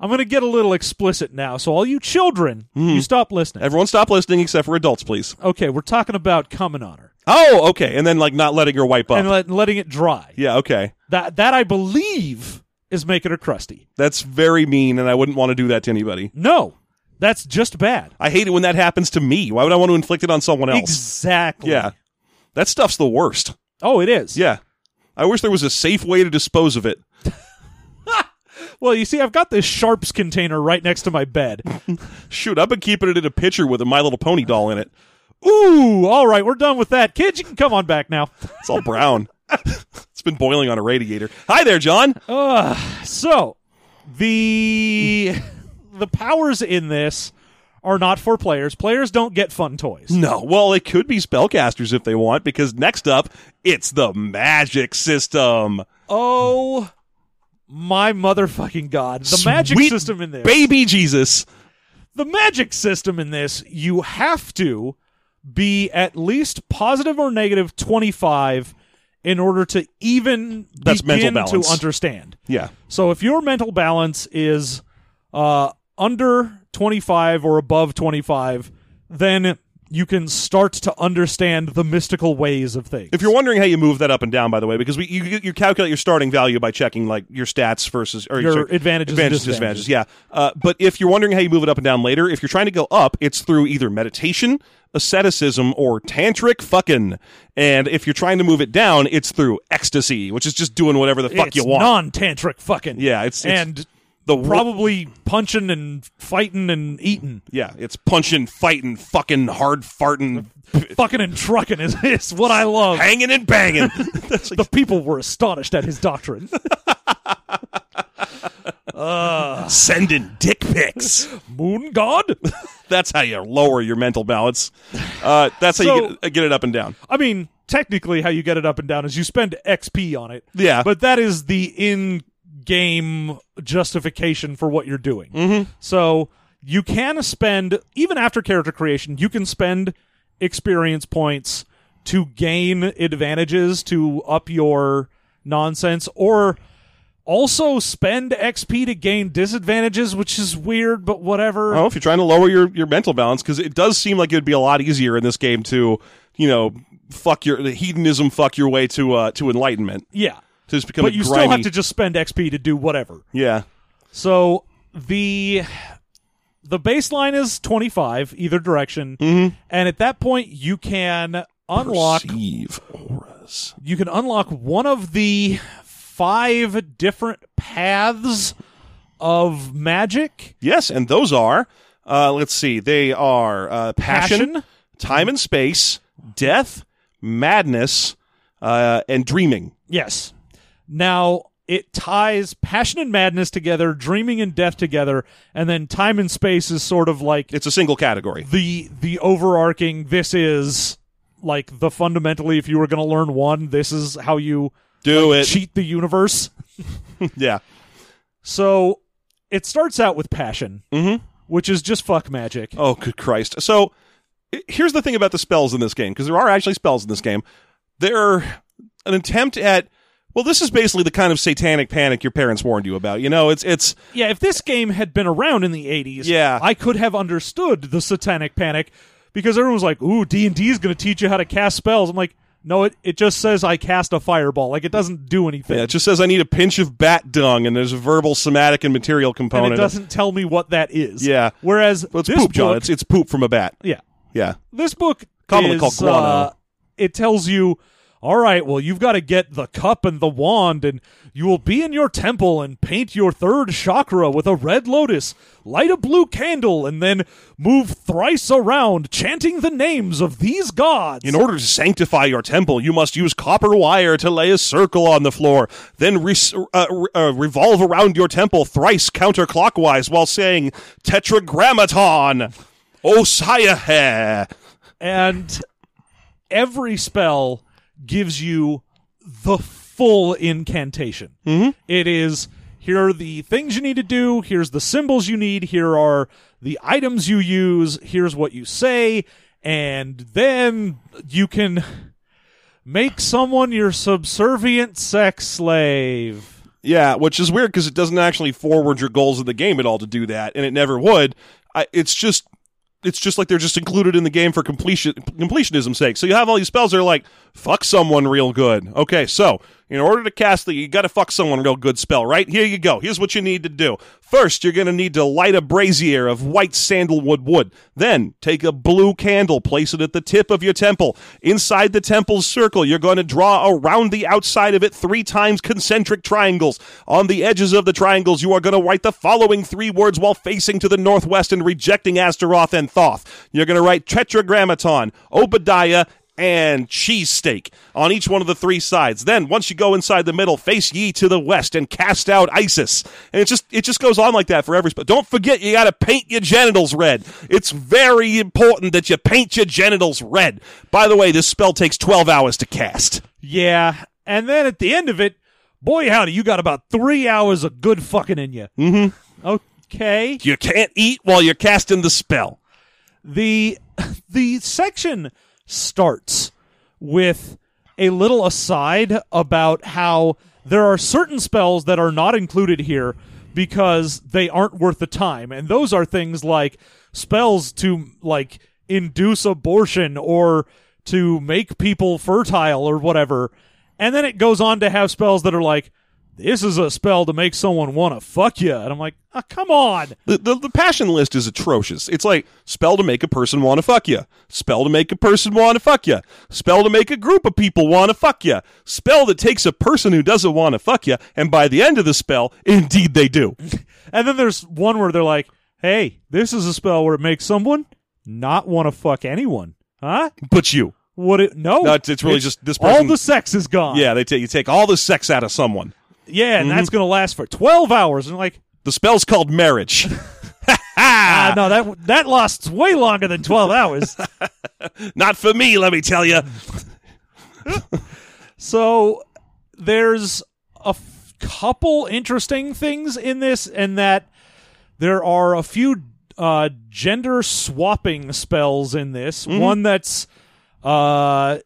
I'm going to get a little explicit now. So, all you children,
Mm-hmm.
you stop listening.
Everyone, stop listening except for adults, please.
Okay, we're talking about coming on her
Oh, okay, and then like not letting her wipe up.
and let, letting it dry.
yeah, okay.
That that I believe is making her crusty.
That's very mean, and I wouldn't want to do that to anybody.
No, that's just bad.
I hate it when that happens to me. Why would I want to inflict it on someone else?
Exactly.
Yeah. That stuff's the worst.
Oh, it is.
Yeah. I wish there was a safe way to dispose of it.
Well, you see, I've got this sharps container right next to my bed.
Shoot, I've been keeping it in a pitcher with a My Little Pony doll in it.
Ooh, all right, we're done with that. Kids, you can come on back now.
It's all brown. it's been boiling on a radiator. Hi there, John.
So, the the powers in this are not for players. Players don't get fun toys.
No, well, it could be spellcasters if they want, because next up, it's the magic system.
Oh my motherfucking god. The magic
Sweet
system in this.
Baby Jesus.
the magic system in this, you have to be at least positive or negative 25 in order to even
That's mental
begin
balance.
to understand.
Yeah.
So if your mental balance is uh, under 25 or above 25, then you can start to understand the mystical ways of things.
If you're wondering how you move that up and down, by the way, because we you, you calculate your starting value by checking like your stats versus or
Your
sorry,
advantages and
disadvantages. Yeah, uh, but if you're wondering how you move it up and down later, if you're trying to go up, it's through either meditation, asceticism, or tantric fucking. And if you're trying to move it down, it's through ecstasy, which is just doing whatever the fuck
it's
you want.
non-tantric fucking.
Yeah, it's- it's
and
the wo-
probably punching and fighting and eating,
yeah, it's punching, fighting, fucking, hard farting,
fucking and trucking is, is what I love.
hanging and banging. That's like-
The people were astonished at his doctrine.
sending dick pics.
Moon god?
That's how you lower your mental balance. Uh, that's how
So-
you get, get it up and down.
I mean, technically, how you get it up and down is you spend XP on it.
Yeah.
But that is the in game justification for what you're doing.
Mm-hmm.
So you can spend, even after character creation, you can spend experience points to gain advantages to up your nonsense or also spend XP to gain disadvantages, which is weird, but whatever.
Oh, if you're trying to lower your, your mental balance, because it does seem like it would be a lot easier in this game to, you know, fuck your the hedonism, fuck your way to uh, to enlightenment,
Yeah.
to just become.
But
a
you
grimy,
still have to just spend XP to do whatever.
Yeah,
So the the baseline is 25 either direction and at that point you can unlock
Perceive auras.
you can unlock one of the five different paths of magic
Yes, and those are. Uh, let's see. They are uh, passion,
Passion.
time and space, death, madness, uh, and dreaming.
yes now it ties passion and madness together dreaming and death together and then time and space is sort of like
It's a single category.
the the overarching this is like the fundamentally if you were going to learn one this is how you
Do it.
cheat the universe.
Yeah.
So it starts out with passion,
Mm-hmm.
which is just fuck magic.
Oh, good Christ. So i- here's the thing about the spells in this game, because there are actually spells in this game. They're an attempt at well, this is basically the kind of satanic panic your parents warned you about. You know, it's it's
Yeah, if this game had been around in the 80s,
Yeah.
I could have understood the satanic panic because everyone was like, "Ooh, D&D is going to teach you how to cast spells." I'm like, "No, it, it just says I cast a fireball. Like it doesn't do anything."
yeah, it just says I need a pinch of bat dung, and there's a verbal, somatic, and material component.
and it doesn't tell me what that is.
Yeah.
Whereas
Well, it's
this
poop,
book,
John. It's it's poop from a bat.
yeah,
Yeah.
this book
Commonly
is,
called guano.
uh, it tells you, all right, well, you've got to get the cup and the wand, and you will be in your temple and paint your third chakra with a red lotus, light a blue candle, and then move thrice around, chanting the names of these gods.
In order to sanctify your temple, you must use copper wire to lay a circle on the floor, then re- uh, re- uh, revolve around your temple thrice counterclockwise while saying Tetragrammaton, Osiah.
and every spell gives you the full incantation. It is here are the things you need to do, here's the symbols you need, here are the items you use, here's what you say, and then you can make someone your subservient sex slave.
Yeah, which is weird because it doesn't actually forward your goals of the game at all to do that, and it never would. I, it's just. It's just like they're just included in the game for completion completionism's sake. So you have all these spells that are like fuck someone real good. Okay, so in order to cast the you got to fuck someone real good spell, right? Here you go. Here's what you need to do. First, you're going to need to light a brazier of white sandalwood wood. Then take a blue candle, place it at the tip of your temple. Inside the temple's circle, you're going to draw around the outside of it three times concentric triangles. On the edges of the triangles, you are going to write the following three words while facing to the northwest and rejecting Astaroth and Thoth. You're going to write Tetragrammaton, Obadiah, and cheesesteak on each one of the three sides. Then once you go inside the middle, face ye to the west and cast out Isis. And it just it just goes on like that for every spell. Don't forget you gotta paint your genitals red. It's very important that you paint your genitals red. By the way, this spell takes twelve hours to cast.
Yeah, and then at the end of it, boy howdy, you got about 3 hours of good fucking in you. Mhm. Okay.
You can't eat while you're casting the spell.
the the section starts with a little aside about how there are certain spells that are not included here because they aren't worth the time and those are things like spells to like induce abortion or to make people fertile or whatever and then it goes on to have spells that are like this is a spell to make someone want to fuck you and i'm like oh, come on
The, the, the passion list is atrocious. It's like spell to make a person want to fuck you, spell to make a person want to fuck you, spell to make a group of people want to fuck you, spell that takes a person who doesn't want to fuck you, and by the end of the spell, indeed they do.
And then there's one where they're like, "Hey, this is a spell where it makes someone not want to fuck anyone, huh?
But you,
What it? No,
No, it's- it's really just this
All
person-
the sex is gone.
yeah, Mm-hmm. they take you take all the sex out of someone.
yeah, and that's gonna last for twelve hours. And like,
The spell's called marriage.
ah, no, that that lasts way longer than twelve hours.
Not for me, let me tell you.
So there's a f- couple interesting things in this, and that there are a few uh, gender swapping spells in this. One that's uh,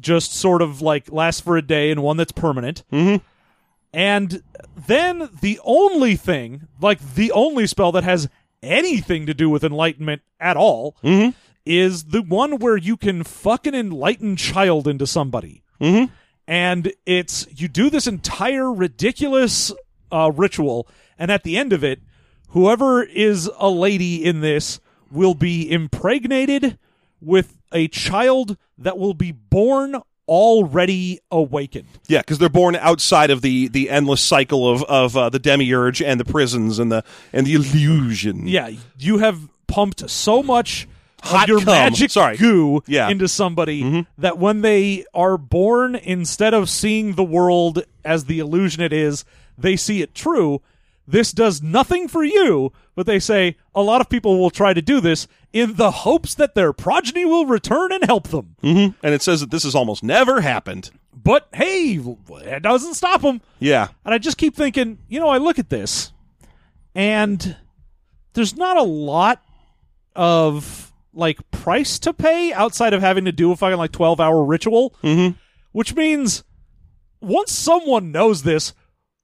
just sort of like lasts for a day, and one that's permanent.
Mhm.
And then the only thing, like the only spell that has anything to do with enlightenment at all,
Mhm.
is the one where you can fuck an enlightened child into somebody
Mm-hmm.
and it's you do this entire ridiculous uh, ritual, and at the end of it, whoever is a lady in this will be impregnated with a child that will be born already awakened.
Yeah, because they're born outside of the, the endless cycle of of uh, the demiurge and the prisons and the and the illusion.
Yeah, you have pumped so much
Hot
of your
cum.
magic
Sorry.
goo
Yeah. Mm-hmm.
into somebody that when they are born, instead of seeing the world as the illusion it is, they see it true. This does nothing for you, but they say a lot of people will try to do this in the hopes that their progeny will return and help them.
Mhm. and it says that this has almost never happened.
But hey, it doesn't stop them.
Yeah,
And I just keep thinking, you know, I look at this and there's not a lot of like price to pay outside of having to do a fucking like 12 hour ritual
Mm-hmm.
which means once someone knows this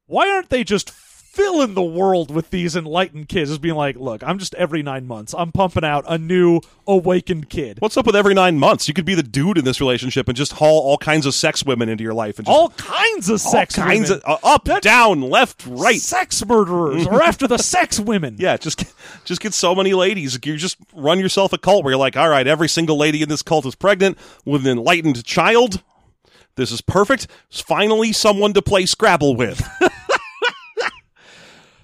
why aren't they just filling the world with these enlightened kids as being like look i'm just every nine months i'm pumping out a new awakened kid
What's up with every nine months? You could be the dude in this relationship and just haul all kinds of sex women into your life and just
all kinds of sex
kinds
women.
of uh, up,
That-
down, left, right. Mm-hmm.
sex murderers are after the sex women
Yeah, just just get so many ladies. You just run yourself a cult where you're like, all right, every single lady in this cult is pregnant with an enlightened child. This is perfect. It's finally someone to play Scrabble with.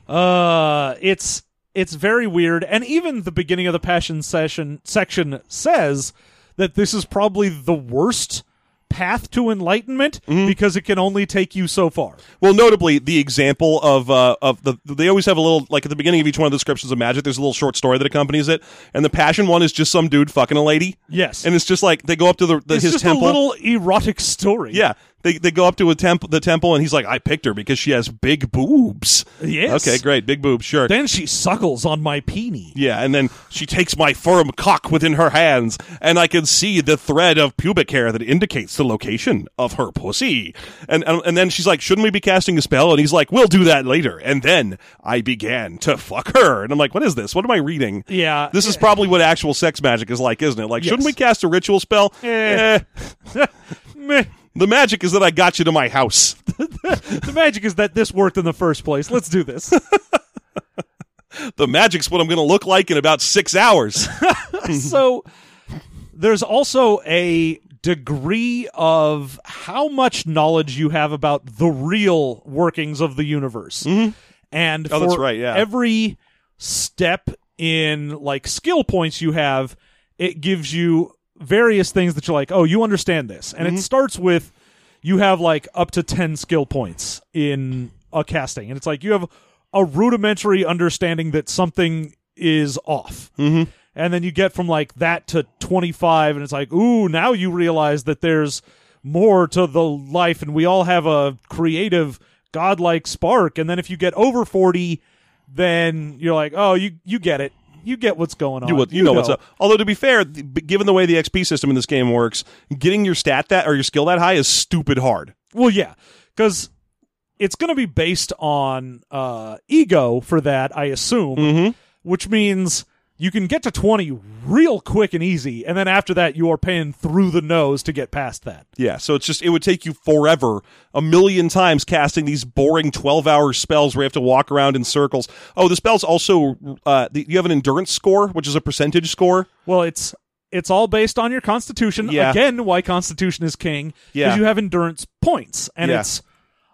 Uh, it's it's very weird, and even the beginning of the passion session section says that this is probably the worst path to enlightenment
Mm-hmm.
because it can only take you so far.
Well, notably, the example of uh, of the they always have a little like at the beginning of each one of the descriptions of magic. There's a little short story that accompanies it, and the passion one is just some dude fucking a lady,
Yes,
and it's just like they go up to the, the
it's
his
just
temple.
a little erotic story.
yeah, they they go up to a temp the temple, and he's like, I picked her because she has big boobs.
Yes.
Okay, great, big boobs, sure.
Then she suckles on my peenie.
yeah, and then she takes my firm cock within her hands, and I can see the thread of pubic hair that indicates the location of her pussy. And and, and then she's like, "Shouldn't we be casting a spell?" And he's like, "We'll do that later." And then I began to fuck her, and I'm like, "What is this? What am I reading?"
Yeah. Eh.
This is probably what actual sex magic is like, isn't it? Like, shouldn't
Yes.
we cast a ritual spell?
Eh.
Eh.
Meh.
The magic is that I got you to my house.
the magic is that this worked in the first place. Let's do this.
the magic's what I'm going to look like in about six hours.
so there's also a degree of how much knowledge you have about the real workings of the universe. And
Oh,
for
that's right, yeah.
every step in like skill points you have, it gives you various things that you're like, "Oh, you understand this." And it starts with you have like up to 10 skill points in a casting. And it's like you have a rudimentary understanding that something is off and then you get from like that to 25 and it's like ooh now you realize that there's more to the life and we all have a creative godlike spark and then if you get over 40 then you're like oh you you get it you get what's going on
you, what- you know, what's up. Although to be fair, th- b- given the way the XP system in this game works, getting your stat that or your skill that high is stupid hard.
well yeah cuz it's going to be based on uh ego for that i assume
Mm-hmm.
which means you can get to 20 real quick and easy and then after that you are paying through the nose to get past that
Yeah, so it's just it would take you forever, a million times casting these boring twelve-hour spells where you have to walk around in circles. Oh, the spells also uh, the, you have an endurance score, which is a percentage score.
Well, it's it's all based on your constitution.
Yeah.
Again, why constitution is king?
Yeah.
you have endurance points, and
Yeah.
it's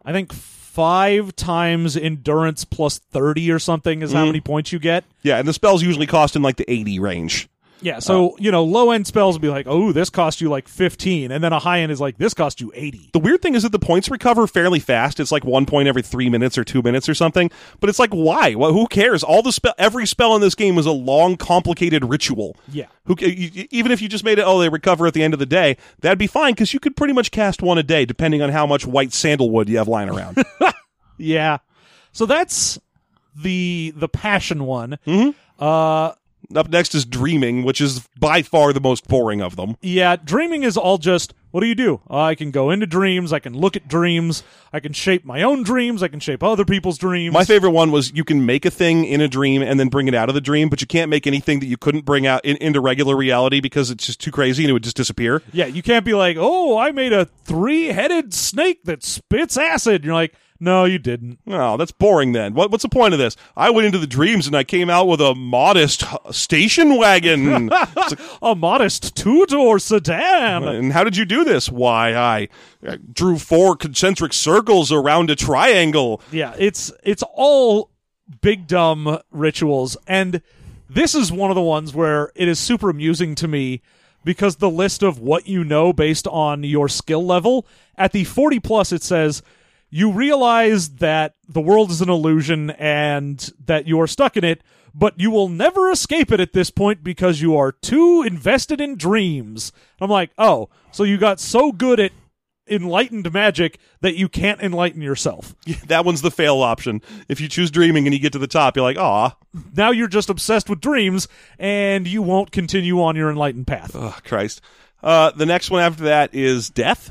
I think five times endurance plus thirty or something
Mm-hmm.
is how many points you get.
Yeah, and the spells usually cost in like the eighty range.
Yeah,
Uh,
so you know, low end spells will be like, oh, this cost you like fifteen, and then a high end is like this cost you eighty.
The weird thing is that the points recover fairly fast. It's like one point every three minutes or two minutes or something. But it's like, why? Well, who cares? All the spell, every spell in this game is a long, complicated ritual.
Yeah.
Who ca- you- you- even if you just made it? Oh, they recover at the end of the day. That'd be fine because you could pretty much cast one a day, depending on how much white sandalwood you have lying around.
Yeah, so that's the the passion one. Mm-hmm. Uh,
Up next is dreaming, which is by far the most boring of them.
Yeah, dreaming is all just what do you do? Uh, I can go into dreams, I can look at dreams, I can shape my own dreams, I can shape other people's dreams.
My favorite one was you can make a thing in a dream and then bring it out of the dream, but you can't make anything that you couldn't bring out in, into regular reality because it's just too crazy and it would just disappear.
yeah, you can't be like, "Oh, I made a three-headed snake that spits acid." And you're like, "No, you didn't."
Oh, that's boring then. What, what's the point of this? I went into the dreams and I came out with a modest h- station wagon. It's like,
A modest two-door sedan.
and how did you do this? Why, I, I drew four concentric circles around a triangle.
Yeah, it's it's all big dumb rituals and this is one of the ones where it is super amusing to me because the list of what you know based on your skill level at the 40 plus it says you realize that the world is an illusion and that you are stuck in it but you will never escape it at this point because you are too invested in dreams. I'm like, "Oh, so you got so good at enlightened magic that you can't enlighten yourself.
That one's the fail option. If you choose dreaming and you get to the top, you're like, ah,
Now you're just obsessed with dreams and you won't continue on your enlightened path.
oh, Christ. Uh, the next one after that is death.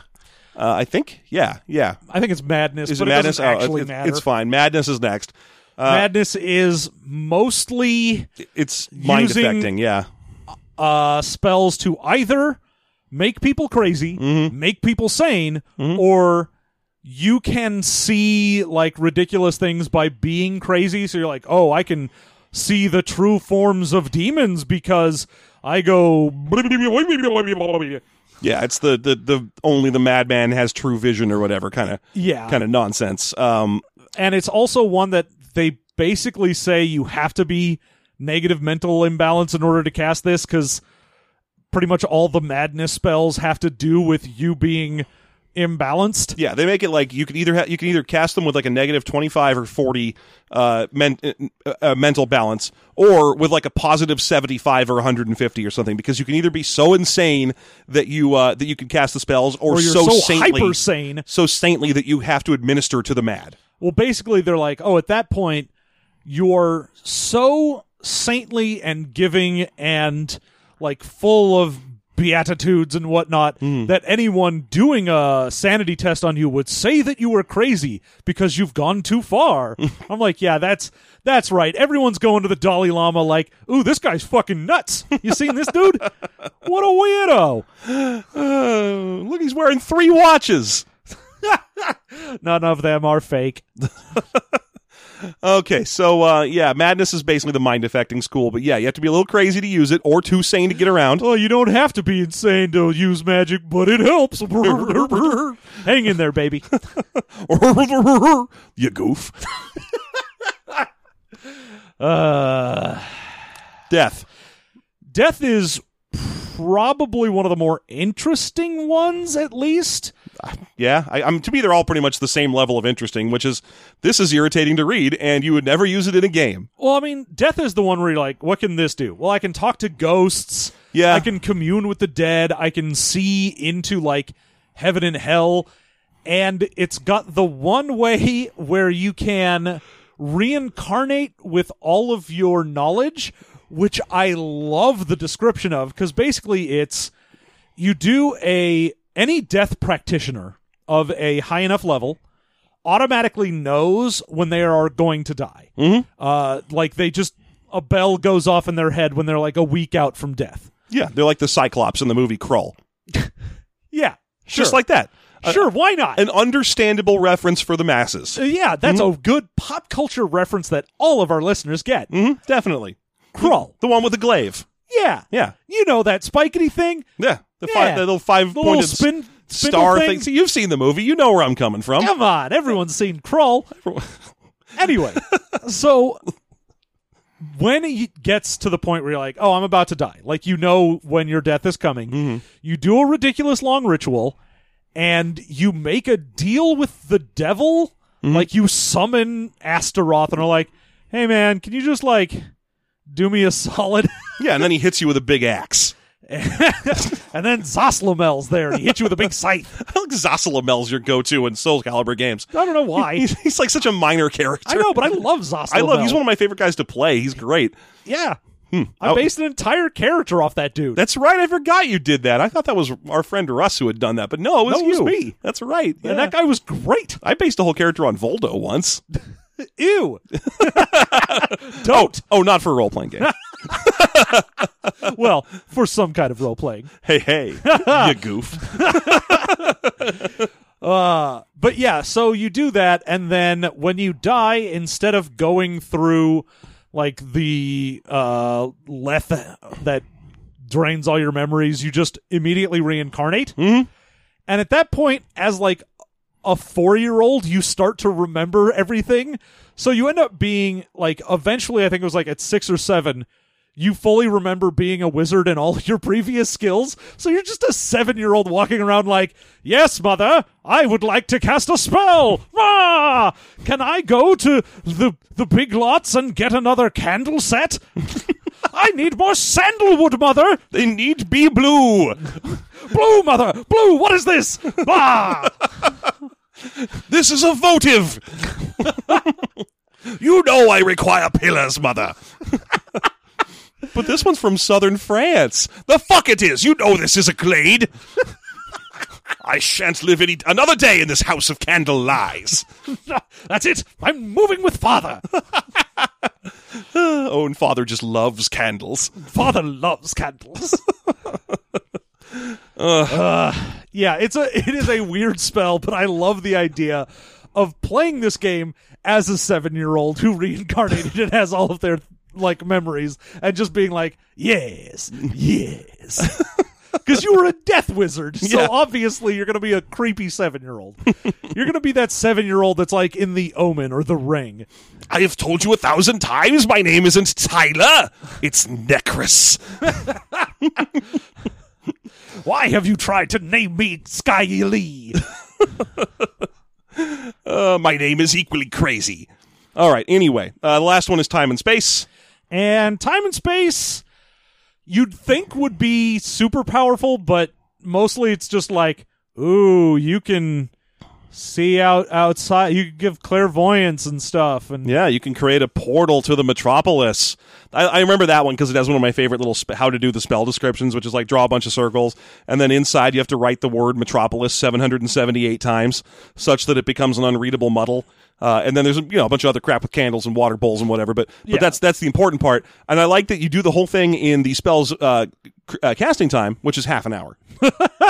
Uh, I think. Yeah, yeah.
I think it's madness,
Is
but
it madness?
it
Oh,
doesn't actually
it's,
matter.
it's fine. Madness is next. Uh,
madness is mostly
it's mind
Using-
affecting. Yeah.
uh, spells to either make people crazy,
Mm-hmm.
make people sane, or you can see like ridiculous things by being crazy. So you're like, oh, I can see the true forms of demons because I go.
Yeah, it's the, the, the only the madman has true vision or whatever kind of
Yeah.
kind of nonsense. Um,
and it's also one that they basically say you have to be negative mental imbalance in order to cast this because pretty much all the madness spells have to do with you being imbalanced.
Yeah, they make it like you can either ha- you can either cast them with like a negative twenty five or forty uh, men- uh, uh, mental balance, or with like a positive seventy five or one hundred and fifty or something. Because you can either be so insane that you uh, that you can cast the spells, or,
Or you're
so,
so,
saintly,
hyper sane.
so saintly that you have to administer to the mad.
Well, basically, they're like, oh, at that point, you're so saintly and giving and like full of beatitudes and whatnot that anyone doing a sanity test on you would say that you were crazy because you've gone too far. I'm like, yeah, that's that's right. Everyone's going to the Dalai Lama like, ooh, this guy's fucking nuts. You seen this dude? What a weirdo. Oh.
Uh, look, he's wearing three watches.
None of them are fake.
Okay, so uh, yeah, madness is basically the mind affecting school, but yeah, you have to be a little crazy to use it, or too sane to get around.
Well, Oh, you don't have to be insane to use magic, but it helps. Hang in there, baby.
you goof.
Uh,
Death.
death is probably one of the more interesting ones, at least.
Yeah, I, I'm to me they're all pretty much the same level of interesting, which is this is irritating to read, and you would never use it in a game.
Well, I mean, death is the one where you're like, what can this do? Well, I can talk to ghosts.
Yeah.
I can commune with the dead. I can see into like heaven and hell. And it's got the one way where you can reincarnate with all of your knowledge, which I love the description of because basically it's you do a any death practitioner of a high enough level automatically knows when they are going to die. Uh, like they just a bell goes off in their head when they're like a week out from death.
Yeah, they're like the Cyclops in the movie Krull,
Yeah, sure,
just like that. A-
sure, why not?
an understandable reference for the masses.
Uh, yeah, that's a good pop culture reference that all of our listeners get.
hmm definitely,
Krull.
the one with the glaive.
Yeah,
Yeah,
you know that spikety thing,
yeah, the,
Yeah.
Five, the little five
the little
pointed
spin spindle
star
thing.
thing. See, you've seen the movie, you know where I'm coming from.
Come on, everyone's seen Krull. Anyway, so when it gets to the point where you're like, oh, I'm about to die, like you know when your death is coming,
Mm-hmm.
you do a ridiculous long ritual and you make a deal with the devil.
Mm-hmm.
Like you summon Astaroth and are like, hey man, can you just like do me a solid?
Yeah, and then he hits you with a big axe.
and then Zoslomel's there and he hits you with a big scythe.
I like Zosolamel's your go-to in Soul Calibur games.
I don't know why.
He's, he's like such a minor character.
I know, but I love Zoslamel.
I love. He's one of my favorite guys to play. He's great.
Yeah. I
Oh.
based an entire character off that dude.
That's right. I forgot you did that. I thought that was our friend Russ who had done that, but no, it was,
No, it was
you.
me.
That's right. Yeah.
And that guy was great.
I based a whole character on Voldo once.
Ew.
Oh, oh, not for a role playing game.
well, for some kind of role playing.
hey, hey, you goof.
Uh, but yeah, so you do that, and then when you die, instead of going through like the uh, leth that drains all your memories, you just immediately reincarnate. And at that point, as like a four year old, you start to remember everything. So you end up being like, eventually, I think it was like at six or seven, you fully remember being a wizard and all your previous skills. So you're just a seven year old walking around like, Yes, mother, I would like to cast a spell. Rah! Can I go to the, the big lots and get another candle set? I need more sandalwood, mother.
They need be blue.
Blue, mother! Blue, what is this? Blah!
This is a votive. you know I require pillars, mother. but this one's from southern France. The fuck it is. You know this is a glade. I shan't live any another day in this house of candle lies.
That's it! I'm moving with father!
Oh, and father just loves candles.
Father loves candles. Ugh. yeah, it's a it is a weird spell, but I love the idea of playing this game as a seven year old who reincarnated and has all of their like memories and just being like, yes, yes. Because you were a death wizard, so
Yeah.
obviously you're going to be a creepy seven year old. you're going to be that seven year old that's like in the Omen or the Ring.
I have told you a thousand times my name isn't Tyler. It's Necris.
Why have you tried to name me Sky Lee?
Uh, my name is equally crazy. All right, anyway, uh, the last one is time and space.
And time and space, you'd think would be super powerful, but mostly it's just like, ooh, you can see out outside. You can give clairvoyance and stuff, and
Yeah, you can create a portal to the metropolis. I, I remember that one because it has one of my favorite little sp- how to do the spell descriptions, which is like draw a bunch of circles, and then inside you have to write the word metropolis 778 times, such that it becomes an unreadable muddle. Uh, and then there's you know a bunch of other crap with candles and water bowls and whatever, but but
Yeah.
that's that's the important part. And I like that you do the whole thing in the spell's uh, cr- uh, casting time, which is half an hour.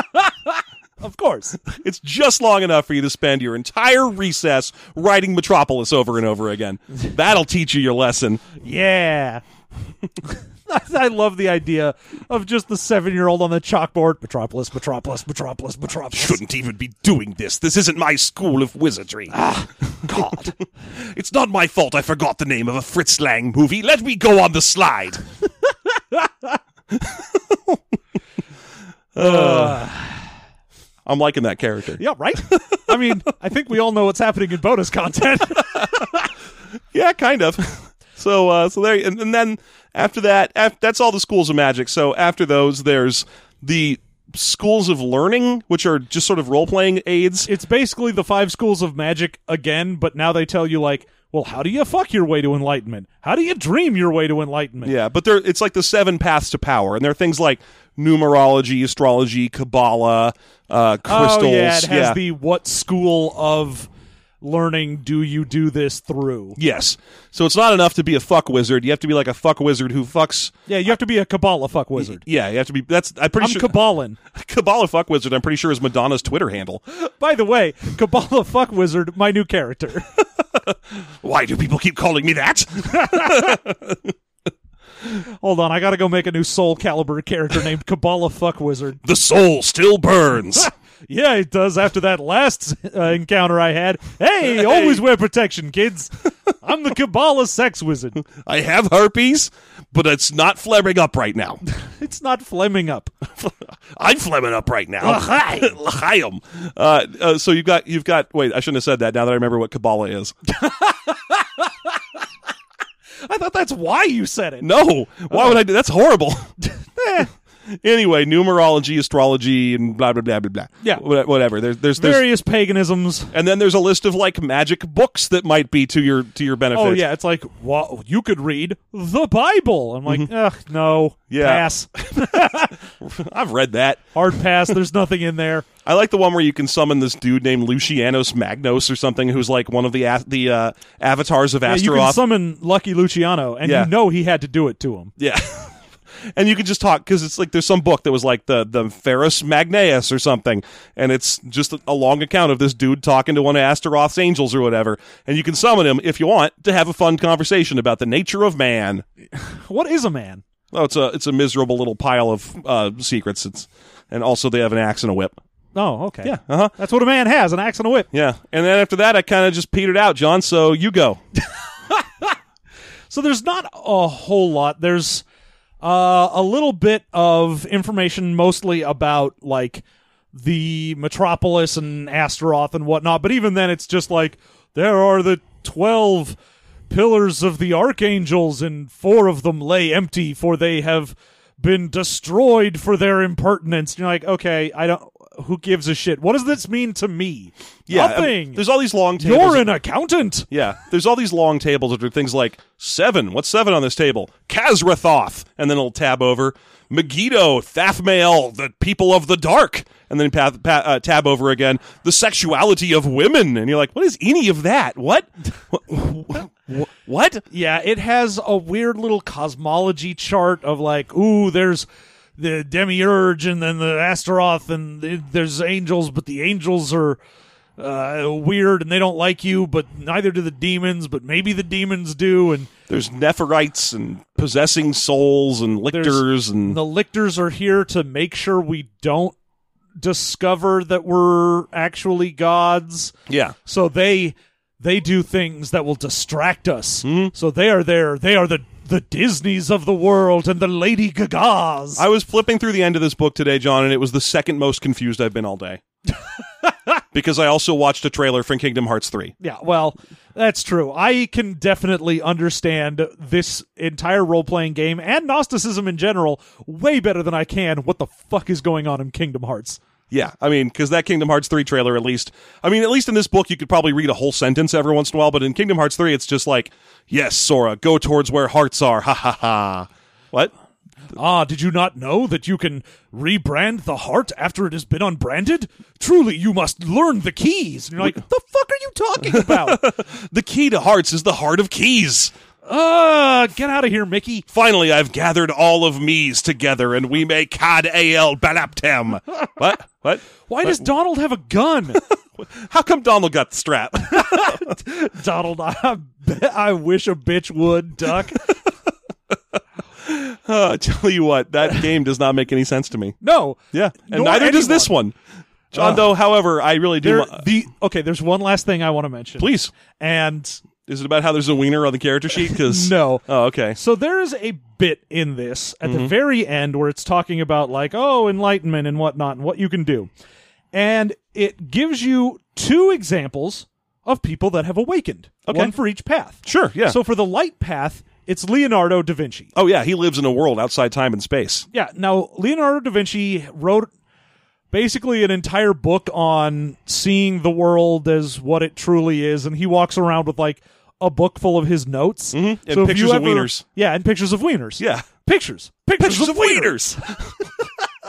of course,
It's just long enough for you to spend your entire recess writing metropolis over and over again. That'll teach you your lesson.
yeah. I love the idea of just the seven-year-old on the chalkboard. Metropolis, Metropolis, Metropolis, Metropolis.
shouldn't even be doing this. This isn't my school of wizardry.
God,
It's not my fault I forgot the name of a Fritz Lang movie. Let me go on the slide. Uh, I'm liking that character.
yeah, right. I mean, I think we all know what's happening in bonus content.
Yeah, kind of. So, uh, so there, and, and then after that, af- that's all the schools of magic. So after those, there's the schools of learning, which are just sort of role playing aids.
it's basically the five schools of magic again, but now they tell you like, well, how do you fuck your way to enlightenment? How do you dream your way to enlightenment?
Yeah, but there it's like the seven paths to power, and there are things like numerology, astrology, Kabbalah, uh, crystals.
Oh yeah, it has
yeah.
the what school of learning do you do this through?
yes. So it's not enough to be a fuck wizard. You have to be like a fuck wizard who fucks.
Yeah, you have to be a Kabbalah fuck wizard.
Yeah, you have to be. That's I'm pretty
I'm
sure
Kabbalan.
Kabbalah fuck wizard. I'm pretty sure is Madonna's Twitter handle.
By the way, Kabbalah fuck wizard, my new character.
Why do people keep calling me that?
Hold on, I gotta go make a new Soul Caliber character named Kabbalah fuck wizard.
the soul still burns.
Yeah, it does. After that last uh, encounter I had, hey, always wear protection, kids. I'm the Kabbalah sex wizard.
I have herpes, but it's not flaring up right now.
It's not Fleming up.
I'm flemming up right now. L'chaim. Uh, uh, so you've got you've got. Wait, I shouldn't have said that. Now that I remember what Kabbalah is.
I thought that's why you said it.
No, why
Uh-huh.
would I do? That's horrible. Eh. anyway, numerology, astrology, and blah blah blah blah blah.
Yeah.
Wha- whatever. There's there's there's.
Various paganisms.
and then there's a list of like magic books that might be to your to your benefit.
Oh yeah, it's like wow, you could read the Bible. I'm like, ugh, no,
Mm-hmm. Yeah.
pass,
I've read that.
hard pass. There's nothing in there.
I like the one where you can summon this dude named Lucianos Magnus or something, who's like one of the a- the uh, avatars of
Yeah, you
Astaroth.
can summon Lucky Luciano, and
Yeah.
you know he had to do it to him.
Yeah. And you could just talk because it's like there's some book that was like the the Ferris Magnaeus or something, and it's just a long account of this dude talking to one of Astaroth's angels or whatever. And you can summon him if you want to have a fun conversation about the nature of man.
What is a man?
Oh, it's a it's a miserable little pile of uh, secrets. It's and also they have an axe and a whip.
Oh, okay, yeah,
uh-huh.
that's what a man has: an axe and a whip.
Yeah, and then after that, I kind of just petered out, John. So you go.
So there's not a whole lot. There's uh, a little bit of information, mostly about like the metropolis and Astaroth and whatnot. But even then, it's just like there are the twelve pillars of the archangels, and four of them lay empty, for they have been destroyed for their impertinence. And you're like, okay, I don't. Who gives a shit? What does this mean to me?
Yeah, um, I mean,
Nothing.
there's all these long tables.
you're an accountant.
yeah, there's all these long tables that are things like seven. What's seven on this table? Kazrathoth, and then it'll tab over Megiddo, Thafmael, the people of the dark, and then pa- pa- uh, tab over again the sexuality of women, and you're like, what is any of that? What? What? what?
Yeah, it has a weird little cosmology chart of like, ooh, there's the demiurge and then the Astaroth and th- there's angels, but the angels are uh, weird and they don't like you, but neither do the demons, but maybe the demons do. And
There's Nephirites and possessing souls and lictors and
the lictors are here to make sure we don't discover that we're actually gods.
yeah.
So they they do things that will distract us. So they are there. They are the the Disneys of the world and the Lady Gagas.
I was flipping through the end of this book today, John, and it was the second most confused I've been all day. because I also watched a trailer from Kingdom Hearts 3.
yeah, well, that's true. I can definitely understand this entire role playing game and Gnosticism in general way better than I can what the fuck is going on in Kingdom Hearts.
Yeah, I mean, because that Kingdom Hearts 3 trailer, at least, I mean, at least in this book, you could probably read a whole sentence every once in a while, but in Kingdom Hearts 3, it's just like, yes, Sora, go towards where hearts are, ha ha ha. What?
Ah, did you not know that you can rebrand the heart after it has been unbranded? Truly, you must learn the keys. And you're like, the fuck are you talking about?
The key to hearts is the heart of keys.
uh, get out of here, Mickey.
Finally, I've gathered all of me's together, and we may cad al balaptem. what? What?
Why does Donald have a gun?
How come Donald got the strap?
Donald, I, bet- I wish a bitch would duck.
Uh, I tell you what, that game does not make any sense to me.
No.
Yeah, and
Nor
neither does this one. John Doe, however, I really do.
There,
lo-
the okay, there's one last thing I want to mention.
Please,
And
is it about how there's a wiener on the character sheet? Because
no.
Oh, okay.
So there is a bit in this at the very end where it's talking about like, oh, enlightenment and whatnot and what you can do. And it gives you two examples of people that have awakened. One for each path.
Sure, yeah.
So for the light path, it's Leonardo da Vinci.
Oh yeah, he lives in a world outside time and space.
Yeah. Now, Leonardo da Vinci wrote basically an entire book on seeing the world as what it truly is, and he walks around with like a book full of his notes
Mm-hmm. And
if
pictures
you
of wieners.
Yeah, and pictures of wieners.
Yeah.
pictures, pictures, of, wieners.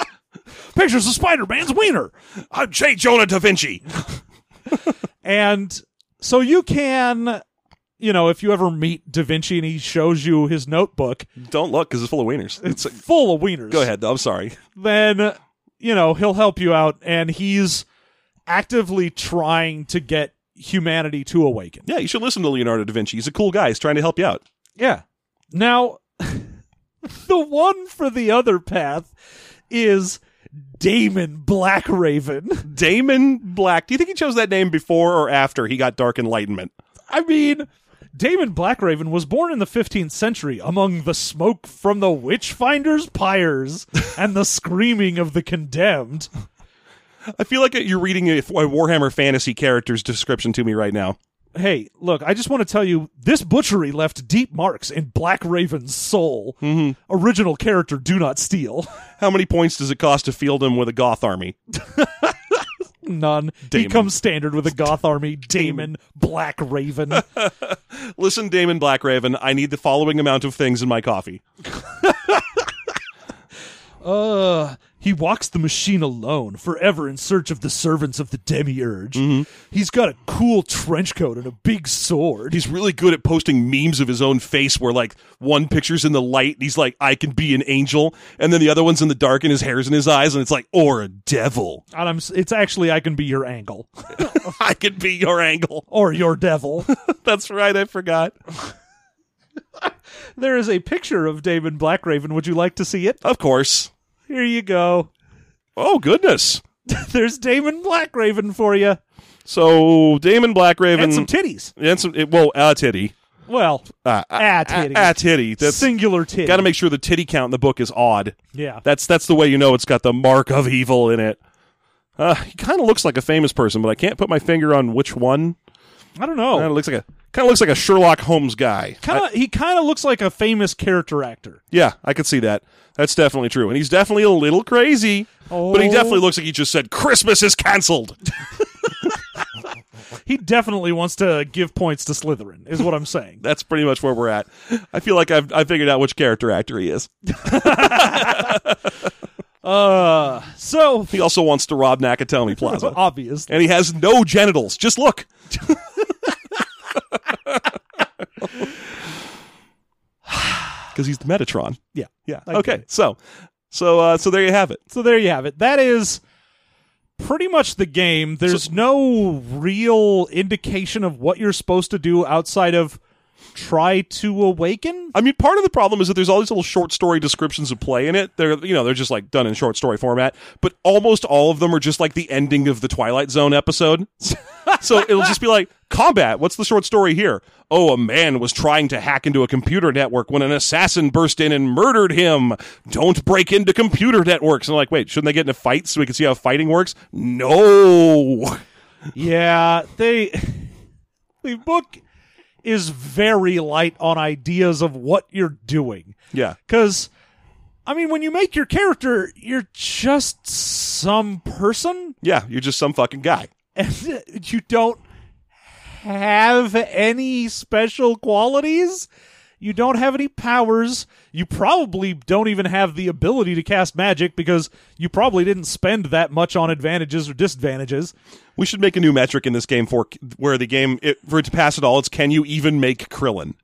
pictures of Spider Man's wiener, Uh,
I'm J. Jonah Da Vinci.
and so you can. You know, if you ever meet Da Vinci and he shows you his notebook,
Don't look because it's full of wieners. It's
full of wieners.
go ahead. I'm sorry.
then you know he'll help you out and he's actively trying to get humanity to awaken
Yeah, you should listen to Leonardo da Vinci. He's a cool guy. He's trying to help you out.
yeah now the one for the other path is damon blackraven
Damon Black. Do you think he chose that name before or after he got Dark Enlightenment?
i mean damon blackraven was born in the 15th century among the smoke from the witchfinders pyres and the screaming of the condemned
I feel like you're reading a, a Warhammer Fantasy character's description to me right now.
hey, look, I just want to tell you this butchery left deep marks in Black Raven's soul. Original character, do not steal.
How many points does it cost to field him with a goth army?
None. He
Damon.
comes standard with a goth army, Damon, Black Raven.
Listen, Damon Blackraven, I need the following amount of things in my coffee.
uh, he walks the machine alone, forever in search of the servants of the demiurge.
Mm-hmm.
He's got a cool trench coat and a big sword.
He's really good at posting memes of his own face where like one picture's in the light and he's like, I can be an angel, and then the other one's in the dark and his hair's in his eyes, and it's like, or a devil.
And I'm, s- it's actually, I can be your angle.
I can be your angle.
or your devil.
That's right, I forgot.
there is a picture of Damon Blackraven. Would you like to see it?
Of course.
Here you go.
Oh goodness.
There's Damon Blackraven for you.
So Damon Blackraven
And some titties.
and some it, well, a titty.
Well,
Mm-hmm. Uh, a,
ah,
a,
titty.
a titty. That's
Singular titty.
got to make sure the titty count in the book is odd.
yeah.
That's that's the way you know it's got the mark of evil in it. Uh, he kind of looks like a famous person, but I can't put my finger on which one.
I don't
Uh, it
know.
looks like a Kind of looks like a Sherlock Holmes guy.
Kind of, he kind of looks like a famous character actor.
Yeah, I could see that. That's definitely true. And he's definitely a little crazy, but he
Oh.
definitely looks like he just said, Christmas is canceled.
He definitely wants to give points to Slytherin, is what I'm saying.
That's pretty much where we're at. I feel like I've, I figured out which character actor he is.
Uh, so
He also wants to rob Nakatomi Plaza.
obvious.
and he has no genitals. Just look. Because he's the Metatron.
Yeah.
Yeah.
I get
okay.
it.
So, so, uh, so there you have it.
So there you have it. That is pretty much the game. There's no real indication of what you're supposed to do outside of try to awaken.
I mean, part of the problem is that there's all these little short story descriptions of play in it. They're, you know, they're just like done in short story format, but almost all of them are just like the ending of the Twilight Zone episode. so it'll just be like, combat, what's the short story here? Oh, a man was trying to hack into a computer network when an assassin burst in and murdered him. Don't break into computer networks. And I'm like, wait, shouldn't they get into fights so we can see how fighting works? No.
Yeah, they the book is very light on ideas of what you're doing.
Yeah.
Cuz I mean, when you make your character, you're just some person
Yeah. You're just some fucking guy.
and you don't have any special qualities. You don't have any powers. You probably don't even have the ability to cast magic because you probably didn't spend that much on advantages or disadvantages.
We should make a new metric in this game for where the game it, for it to pass at all. It's can you even make Krillin?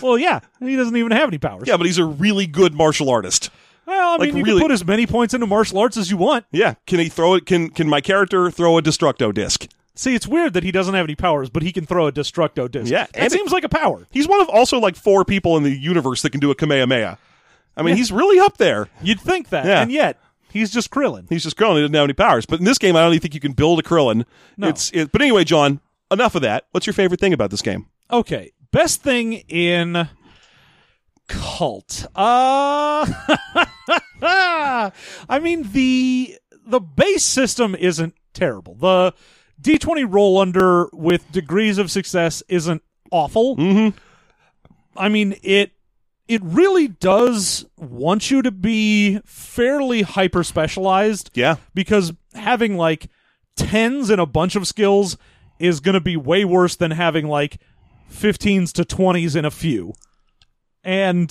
Well, yeah, he doesn't even have any powers.
Yeah, but he's a really good martial artist.
Well, I mean, you
really-
can put as many points into martial arts as you want.
Yeah, can he throw it? Can can my character throw a destructo disc?
See, it's weird that he doesn't have any powers, but he can throw a destructo disc.
Yeah,
that
and it-
seems like a power.
He's one of also like four people in the universe that can do a kamehameha. I mean, he's really up there.
You'd think that,
Yeah.
and yet he's just Krillin.
He's just Krillin. He doesn't have any powers. But in this game, I don't even think you can build a Krillin.
No.
It's it, but anyway, John. Enough of that. What's your favorite thing about this game?
Okay, best thing in cult. Uh I mean the the base system isn't terrible. The D20 roll under with degrees of success isn't awful.
Mm-hmm.
I mean it it really does want you to be fairly hyper specialized
Yeah,
because having like tens and a bunch of skills is going to be way worse than having like 15s to 20s in a few. And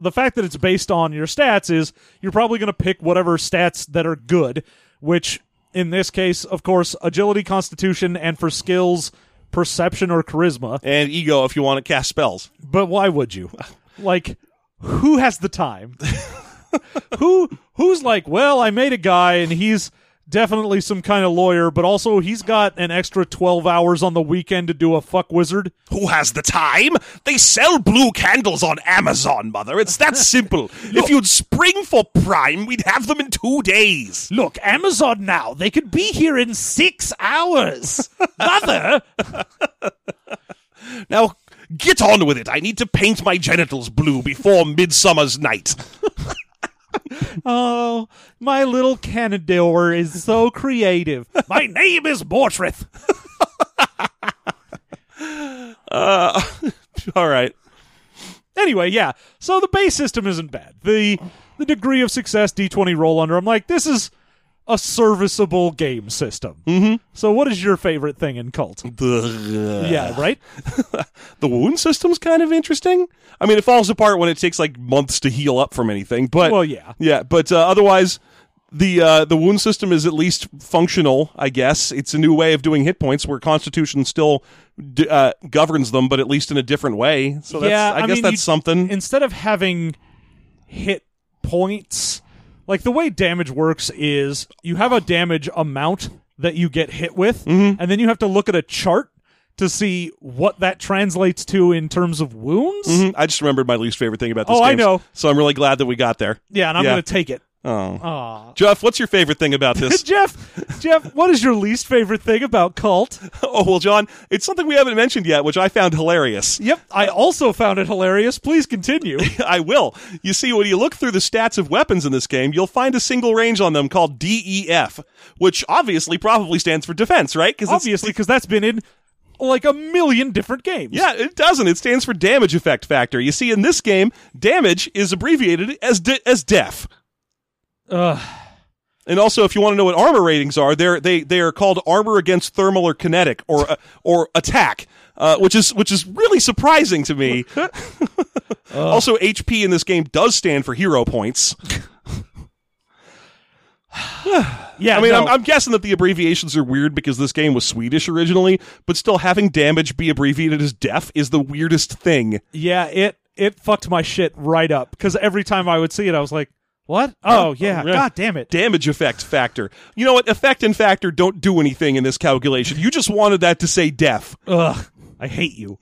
the fact that it's based on your stats is you're probably going to pick whatever stats that are good, which in this case, of course, agility, constitution, and for skills, perception or charisma.
and ego if you want to cast spells.
But why would you? Like, who has the time? who who's like, well, I made a guy and he's definitely some kind of lawyer, but also he's got an extra twelve hours on the weekend to do a fuck wizard.
Who has the time? They sell blue candles on Amazon, mother. It's that simple. if you'd spring for Prime, we'd have them in two days.
Look, Amazon now, they could be here in six hours. Mother
Now, get on with it. I need to paint my genitals blue before Midsummer's Night.
Oh, my little Canador is so creative. my name is Bortreth.
Uh, All right.
anyway, yeah. So the base system isn't bad. The the degree of success D20 roll under. I'm like, this is a serviceable game system. Mm-hmm. So what is your favorite thing in Cult?
The,
yeah, right.
the wound system's kind of interesting. I mean, it falls apart when it takes like months to heal up from anything, but
Well, yeah.
yeah. But uh, otherwise, the uh, the wound system is at least functional. I guess it's a new way of doing hit points where Constitution still d- uh, governs them, but at least in a different way. So that's,
Yeah,
I,
I
guess
mean,
that's
you-
something.
Instead of having hit points, like the way damage works is you have a damage amount that you get hit with, and then you have to look at a chart to see what that translates to in terms of wounds.
Mm, Mhm. I just remembered my least favorite thing about this.
Oh, I
game,
know.
So I'm really glad that we got there.
Yeah, and I'm
Yeah.
going to take it.
Oh.
Aw.
Jeff, what's your favorite thing about this?
Jeff, Jeff, what is your least favorite thing about Cult?
oh, well, John, it's something we haven't mentioned yet, which I found hilarious.
Yep, I also found it hilarious. Please continue.
I will. You see, when you look through the stats of weapons in this game, you'll find a single range on them called DEF, which obviously probably stands for defense, right? Because
Obviously, because that's been in like a million different games.
Yeah, it doesn't. It stands for damage effect factor. You see, in this game, damage is abbreviated as de- as def.
Ugh.
And also, if you want to know what armor ratings are, they're they they are called armor against thermal or kinetic or uh, or attack, uh, which is which is really surprising to me. also, HP in this game does stand for hero points.
yeah.
I mean,
no.
I'm, I'm guessing that the abbreviations are weird because this game was Swedish originally, but still having damage be abbreviated as def is the weirdest thing.
yeah, it it fucked my shit right up because every time I would see it, I was like, "What? Oh yeah,
yeah.
god damn it."
damage effect factor. You know what? Effect and factor don't do anything in this calculation. You just wanted that to say deaf.
Ugh, I hate you.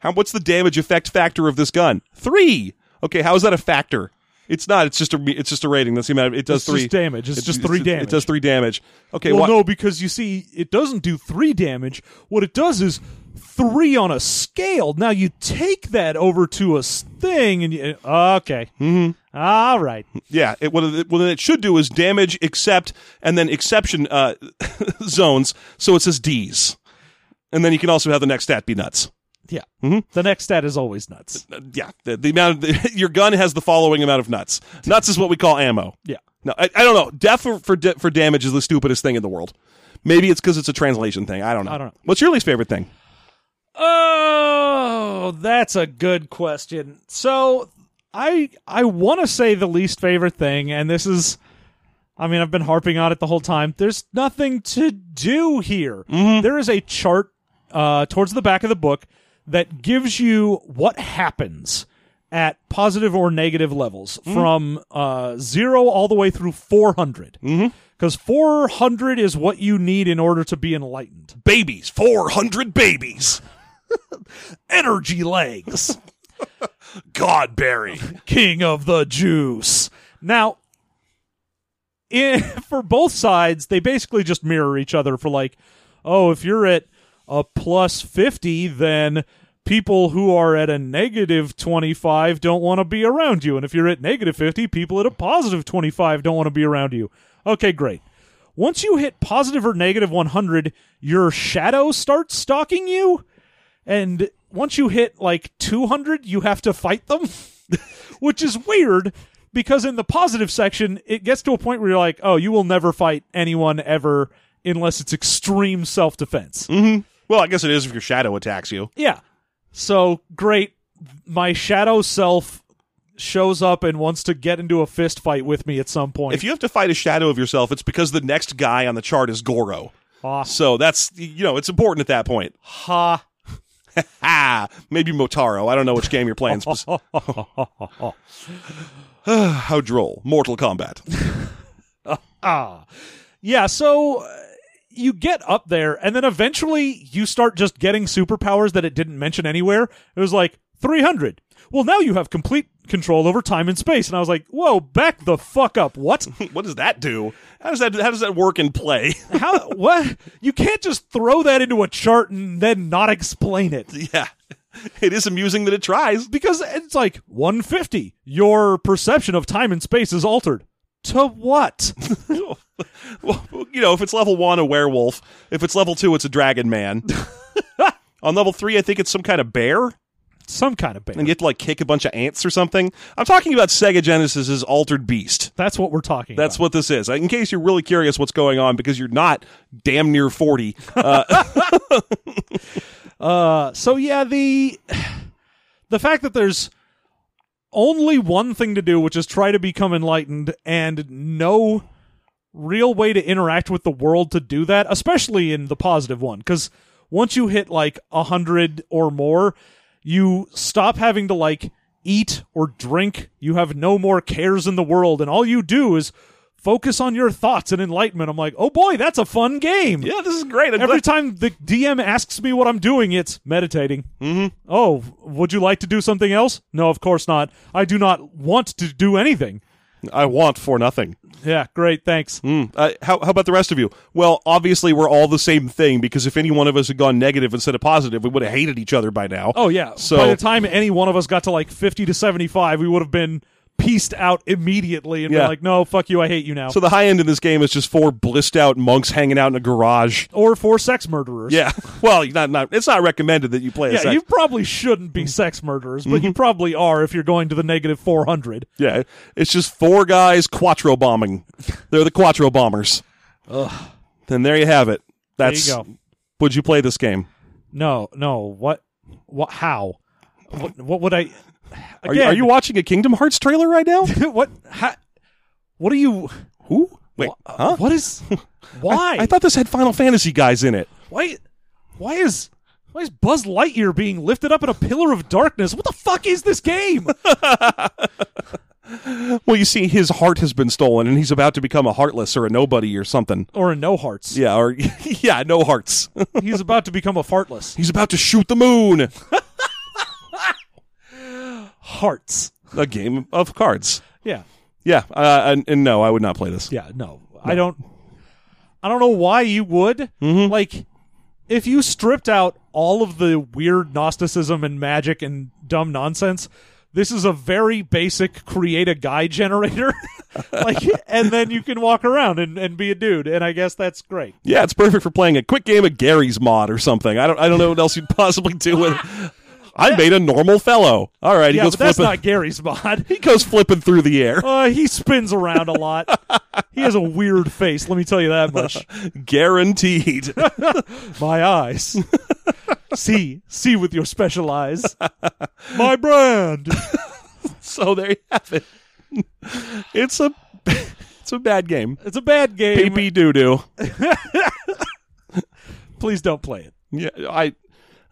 How what's the damage effect factor of this gun? 3. Okay, how is that a factor? It's not. It's just a it's just a rating. That's the amount of it does
It's
3
just damage. It's
It-
just three
it-
damage.
It does 3 damage. Okay,
well,
wha-
no, because you see, it doesn't do three damage. What it does is three on a scale. Now you take that over to a s- thing, and you, okay, mm-hmm. all right.
Yeah, it, what, it, what it should do is damage except and then exception uh, zones. So it says D's. And then you can also have the next stat be nuts.
Yeah. The next stat is always nuts.
Uh, yeah, the, the amount of, your gun has the following amount of nuts. Nuts is what we call ammo.
Yeah.
No, I, I don't know. Death for for, da- for damage is the stupidest thing in the world. Maybe it's because it's a translation thing. I don't know.
I don't know.
What's your least favorite thing?
Oh, that's a good question. So, I I want to say the least favorite thing and this is I mean, I've been harping on it the whole time. There's nothing to do here. There is a chart uh, towards the back of the book that gives you what happens at positive or negative levels from uh, zero all the way through 400. Because 400 is what you need in order to be enlightened.
Babies, four hundred babies.
Energy legs.
Godberry.
king of the juice. Now, in, for both sides, they basically just mirror each other for like, oh, if you're at a plus 50, then people who are at a negative 25 don't want to be around you. And if you're at negative 50, people at a positive 25 don't want to be around you. Okay, great. Once you hit positive or negative 100, your shadow starts stalking you. And once you hit like 200, you have to fight them, which is weird because in the positive section, it gets to a point where you're like, oh, you will never fight anyone ever unless it's extreme self defense.
Mm-hmm. well, I guess it is if your shadow attacks you.
Yeah. So great. My shadow self shows up and wants to get into a fist fight with me at some point.
If you have to fight a shadow of yourself, it's because the next guy on the chart is Goro.
Awesome.
So that's you know it's important at that point.
ha.
Ah, maybe Motaro. I don't know which game you're playing. spec- How droll. Mortal Kombat.
Ah. Yeah, so uh, you get up there, and then eventually you start just getting superpowers that it didn't mention anywhere. It was like 300. Well, now you have complete control over time and space. And I was like, whoa, back the fuck up. What?
what does that do? How does that how does that work in play?
How? what? You can't just throw that into a chart and then not explain it.
yeah, it is amusing that it tries.
Because it's like 150. Your perception of time and space is altered. To what?
well, you know, if it's level one, a werewolf. If it's level two, it's a dragon man. On level three, I think it's some kind of bear,
Some kind of bait.
and you have to like kick a bunch of ants or something. I'm talking about Sega Genesis's Altered Beast.
That's what we're talking about.
That's what this is. In case you're really curious what's going on, because you're not damn near forty. Uh,
Uh, so yeah, the the fact that there's only one thing to do, which is try to become enlightened, and no real way to interact with the world to do that, especially in the positive one, because once you hit like a hundred or more, you stop having to like eat or drink. You have no more cares in the world, and all you do is focus on your thoughts and enlightenment. I'm like, oh boy, that's a fun game.
yeah, this is great. I'm
Every
glad-
time the DM asks me what I'm doing, it's meditating. Mm-hmm. Oh, would you like to do something else? No, of course not. I do not want to do anything.
I want for nothing.
Yeah, great. Thanks.
Mm. Uh, how, how about the rest of you? Well, obviously, we're all the same thing because if any one of us had gone negative instead of positive, we would have hated each other by now.
Oh yeah.
So-
by the time any one of us got to like fifty to seventy five, we would have been pieced out immediately and
Yeah.
been like, "No, fuck you. I hate you now."
So the high end in this game is just four blissed out monks hanging out in a garage.
or for sex murderers.
Yeah. Well, you're not, not it's not recommended that you play
Yeah,
as that.
you probably shouldn't
Mm-hmm.
be sex murderers, but you probably are if you're going to the negative 400.
yeah. It's just four guys quattro bombing. They're the quattro bombers. Ugh. Then there you have it.
There
That's
you go.
would you play this game?
No, no. What? What? How? What, what would I?
Are you, are you
Again,
watching a Kingdom Hearts trailer right now?
what? Ha, what are you?
Who? Wait, huh?
What is? Why?
I thought this had Final Fantasy guys in it.
why? Why is? Why is Buzz Lightyear being lifted up in a pillar of darkness? What the fuck is this game?
Well, you see, his heart has been stolen, and he's about to become a heartless or a nobody or something.
or in No Hearts,
Yeah, or yeah, no hearts.
he's about to become a fartless
he's about to shoot the moon.
hearts.
a game of cards.
Yeah,
Yeah, uh, and, and no, I would not play this.
Yeah, no, I don't. I don't know why you would.
Mm-hmm.
Like, if you stripped out all of the weird Gnosticism and magic and dumb nonsense, this is a very basic create a guy generator. like, and then you can walk around and, and be a dude. And I guess that's great.
Yeah, it's perfect for playing a quick game of Gary's Mod or something. I don't, I don't know what else you'd possibly do with. it. I made a normal fellow. All right, he
Yeah,
goes
but that's
flipping.
not Gary's mod.
he goes flipping through the air.
Uh, he spins around a lot. he has a weird face. Let me tell you that much.
Guaranteed.
My eyes. see, see with your special eyes. My brand.
so there you have it. It's a, it's a bad game.
It's a bad game.
Pee doo doo.
Please don't play it.
Yeah, I.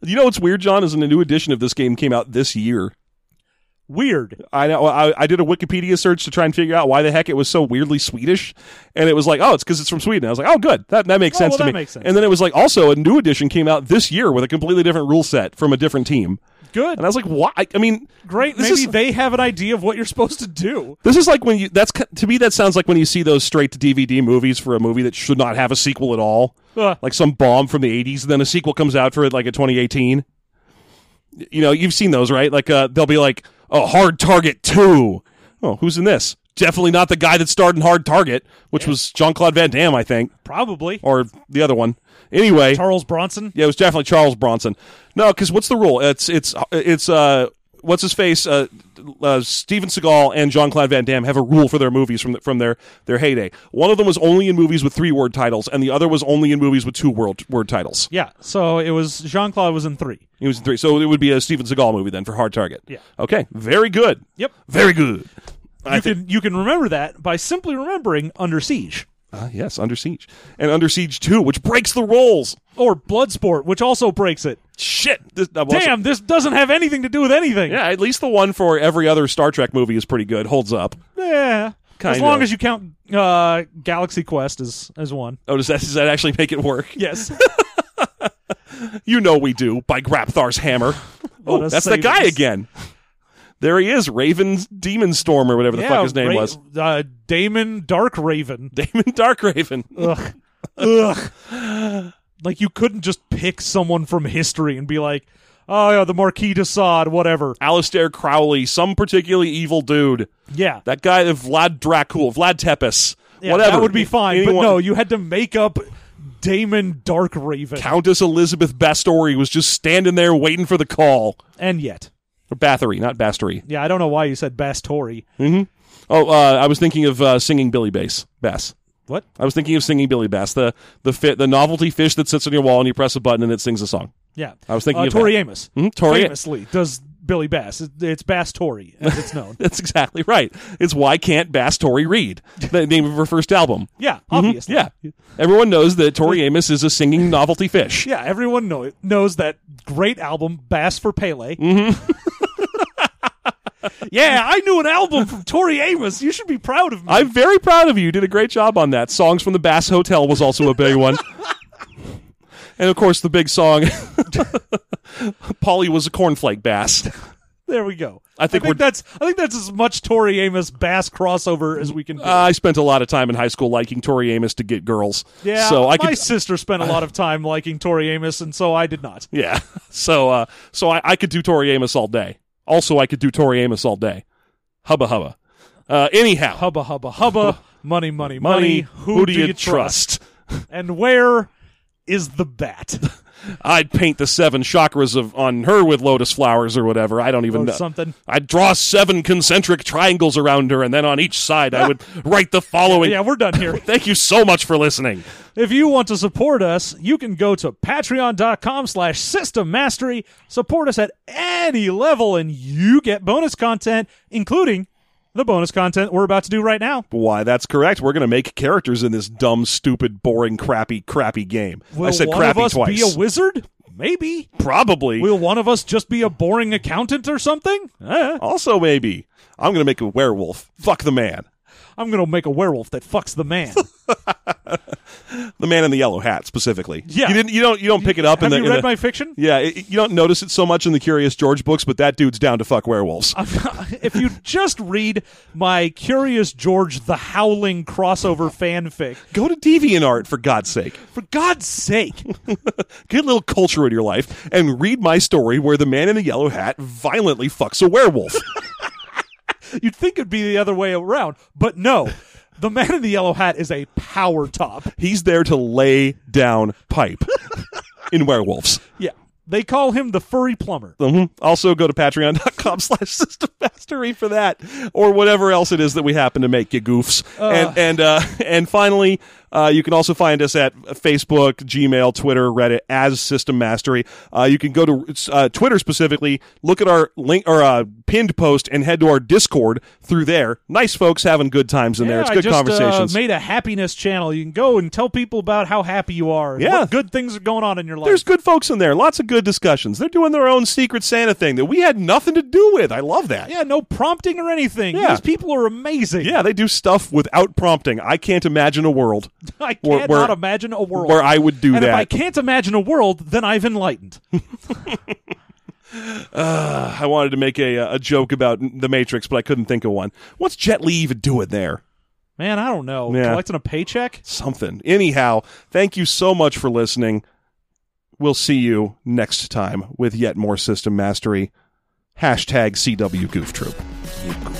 You know what's weird, John, is a new edition of this game came out this year.
Weird.
I know. I, I did a Wikipedia search to try and figure out why the heck it was so weirdly Swedish, and it was like, oh, it's because it's from Sweden. I was like, oh, good, that that makes
Oh,
sense
well,
to
that
me.
makes sense.
And then it was like, also, a new edition came out this year with a completely different rule set from a different team,
Good.
and I was like, why? I mean,
Great.
This
Maybe
is
they have an idea of what you're supposed to do.
this is like when you that's ki- to me that sounds like when you see those straight to DVD movies for a movie that should not have a sequel at all,
Uh,
like some bomb from the '80s, and then a sequel comes out for it like in 2018. You know, you've seen those, right? Like, uh, they'll be like, "Oh, Hard Target Two. Oh, who's in this? Definitely not the guy that starred in Hard Target, which was Jean Claude Van Damme, I think,
probably.
or the other one. Anyway,
Charles Bronson.
yeah, it was definitely Charles Bronson. No, because what's the rule? It's it's it's uh, what's his face? Uh, uh, Steven Seagal and Jean Claude Van Damme have a rule for their movies from the, from their their heyday. One of them was only in movies with three word titles, and the other was only in movies with two word word titles.
Yeah. So it was Jean Claude was in three.
He was in three, so it would be a Steven Seagal movie then for Hard Target.
Yeah.
Okay. Very good.
Yep.
Very good.
You can you can remember that by simply remembering Under Siege
Ah, yes, Under Siege and Under Siege Two, which breaks the rules.
or Bloodsport, which also breaks it.
Shit. This, uh, well,
Damn, this doesn't have anything to do with anything.
Yeah, at least the one for every other Star Trek movie is pretty good. Holds up.
Yeah.
Kinda.
As long as you count uh, Galaxy Quest as as one.
Oh, does that does that actually make it work?
Yes.
You know we do by Grapthar's hammer.
What
oh,
a
that's the guy
savings.
again. There he is, Raven's Demon Storm or whatever the
Yeah,
fuck his name
Ra-
was.
Uh, Damon Dark Raven.
Damon Darkraven.
Ugh. Ugh. Like you couldn't just pick someone from history and be like, oh yeah, the Marquis de Sade, whatever.
Alistair Crowley, some particularly evil dude.
Yeah.
That guy, uh, Vlad Dracul, Vlad Tepes,
Yeah,
whatever.
That would be fine. But
Anyone-
no, you had to make up Damon Dark Raven.
Countess Elizabeth Bastory was just standing there waiting for the call.
and yet.
Or Bathory, not Bastory.
Yeah, I don't know why you said Bastori.
Oh, uh, I was thinking of uh, singing Billy Bass. Bass.
What?
I was thinking of singing Billy Bass, the the fit, the novelty fish that sits on your wall and you press a button and it sings a song.
Yeah.
I was thinking
uh,
of
Tori Amos.
Hmm? Tori-
Famously does Billy Bass. It- It's Bass Tori, as it's known.
That's exactly right. It's why can't Bass Tori Reed, the name of her first album.
yeah, obviously.
Mm-hmm. Yeah, everyone knows that Tori Amos is a singing novelty fish.
Yeah, everyone know, knows that great album, Bass for Pele.
Mm-hmm.
yeah, I knew an album from Tori Amos. You should be proud of me.
I'm very proud of you. You Did a great job on that. Songs from the Bass Hotel was also a big one. And of course, the big song, Polly was a cornflake bass.
There we go.
I think we're-
that's I think that's as much Tori Amos Bass crossover as we can do.
I spent a lot of time in high school liking Tori Amos to get girls.
yeah,
so I
my
could
sister spent a lot of time liking Tori Amos, and so I did not.
yeah. So uh, so I, I could do Tori Amos all day. Also, I could do Tori Amos all day. Hubba hubba. Uh, anyhow,
Hubba hubba hubba, money money
money.
money. Who, do, you trust?
trust?
And where is the bat?
I'd paint the seven chakras of on her with lotus flowers or whatever. I don't even
or
know.
something.
I'd draw seven concentric triangles around her, and then on each side I would write the following.
Yeah, we're done here.
Thank you so much for listening.
If you want to support us, you can go to patreon.com slash system mastery, support us at any level, and you get bonus content, including the bonus content we're about to do right now.
Why, that's correct. We're going to make characters in this dumb, stupid, boring, crappy, crappy game.
Will
I said
one
crappy
of us
twice.
be a wizard? Maybe.
Probably.
Will one of us just be a boring accountant or something? Eh.
also, maybe. I'm going to make a werewolf. Fuck the man.
I'm going to make a werewolf that fucks the man.
The man in the yellow hat, specifically.
Yeah.
You, didn't, you, don't, you don't pick it up in
Have
the.
you
in
read
the-
my fiction?
yeah, it- it- you don't notice it so much in the Curious George books, but that dude's down to fuck werewolves.
if you just read my Curious George the Howling crossover fanfic,
Go to DeviantArt, for God's sake.
for God's sake,
Get a little culture in your life and read my story where the man in the yellow hat violently fucks a werewolf.
You'd think it'd be the other way around, but no. The man in the yellow hat is a power top.
He's there to lay down pipe in werewolves.
Yeah. They call him the furry plumber.
Mhm. Also, go to patreon.com slash system mastery for that or whatever else it is that we happen to make, you goofs. and and, uh, and finally, uh, you can also find us at Facebook, Gmail, Twitter, Reddit as System Mastery. Uh, you can go to uh, Twitter specifically, look at our link or uh, pinned post, and head to our Discord through there. Nice folks having good times in there. It's
Yeah,
good
I just,
conversations.
Uh, made a happiness channel. You can go and tell people about how happy you are. and
Yeah.
what good things are going on in your life.
There's good folks in there. Lots of good discussions. They're doing their own Secret Santa thing that we had nothing to do with. I love that.
yeah, no prompting or anything.
Yeah.
These people are amazing.
Yeah, they do stuff without prompting. I can't imagine a world
I
Where-
cannot
where-
imagine a world
where I would do
and if I
that.
can't imagine a world, then I've enlightened.
I, wanted to make a, a joke about the Matrix, but I couldn't think of one. What's Jet Li even doing there?
Man, I don't know.
Yeah.
Collecting a paycheck?
Something. Anyhow, thank you so much for listening. We'll see you next time with yet more system mastery. Hashtag CW Goof Troop.
You goof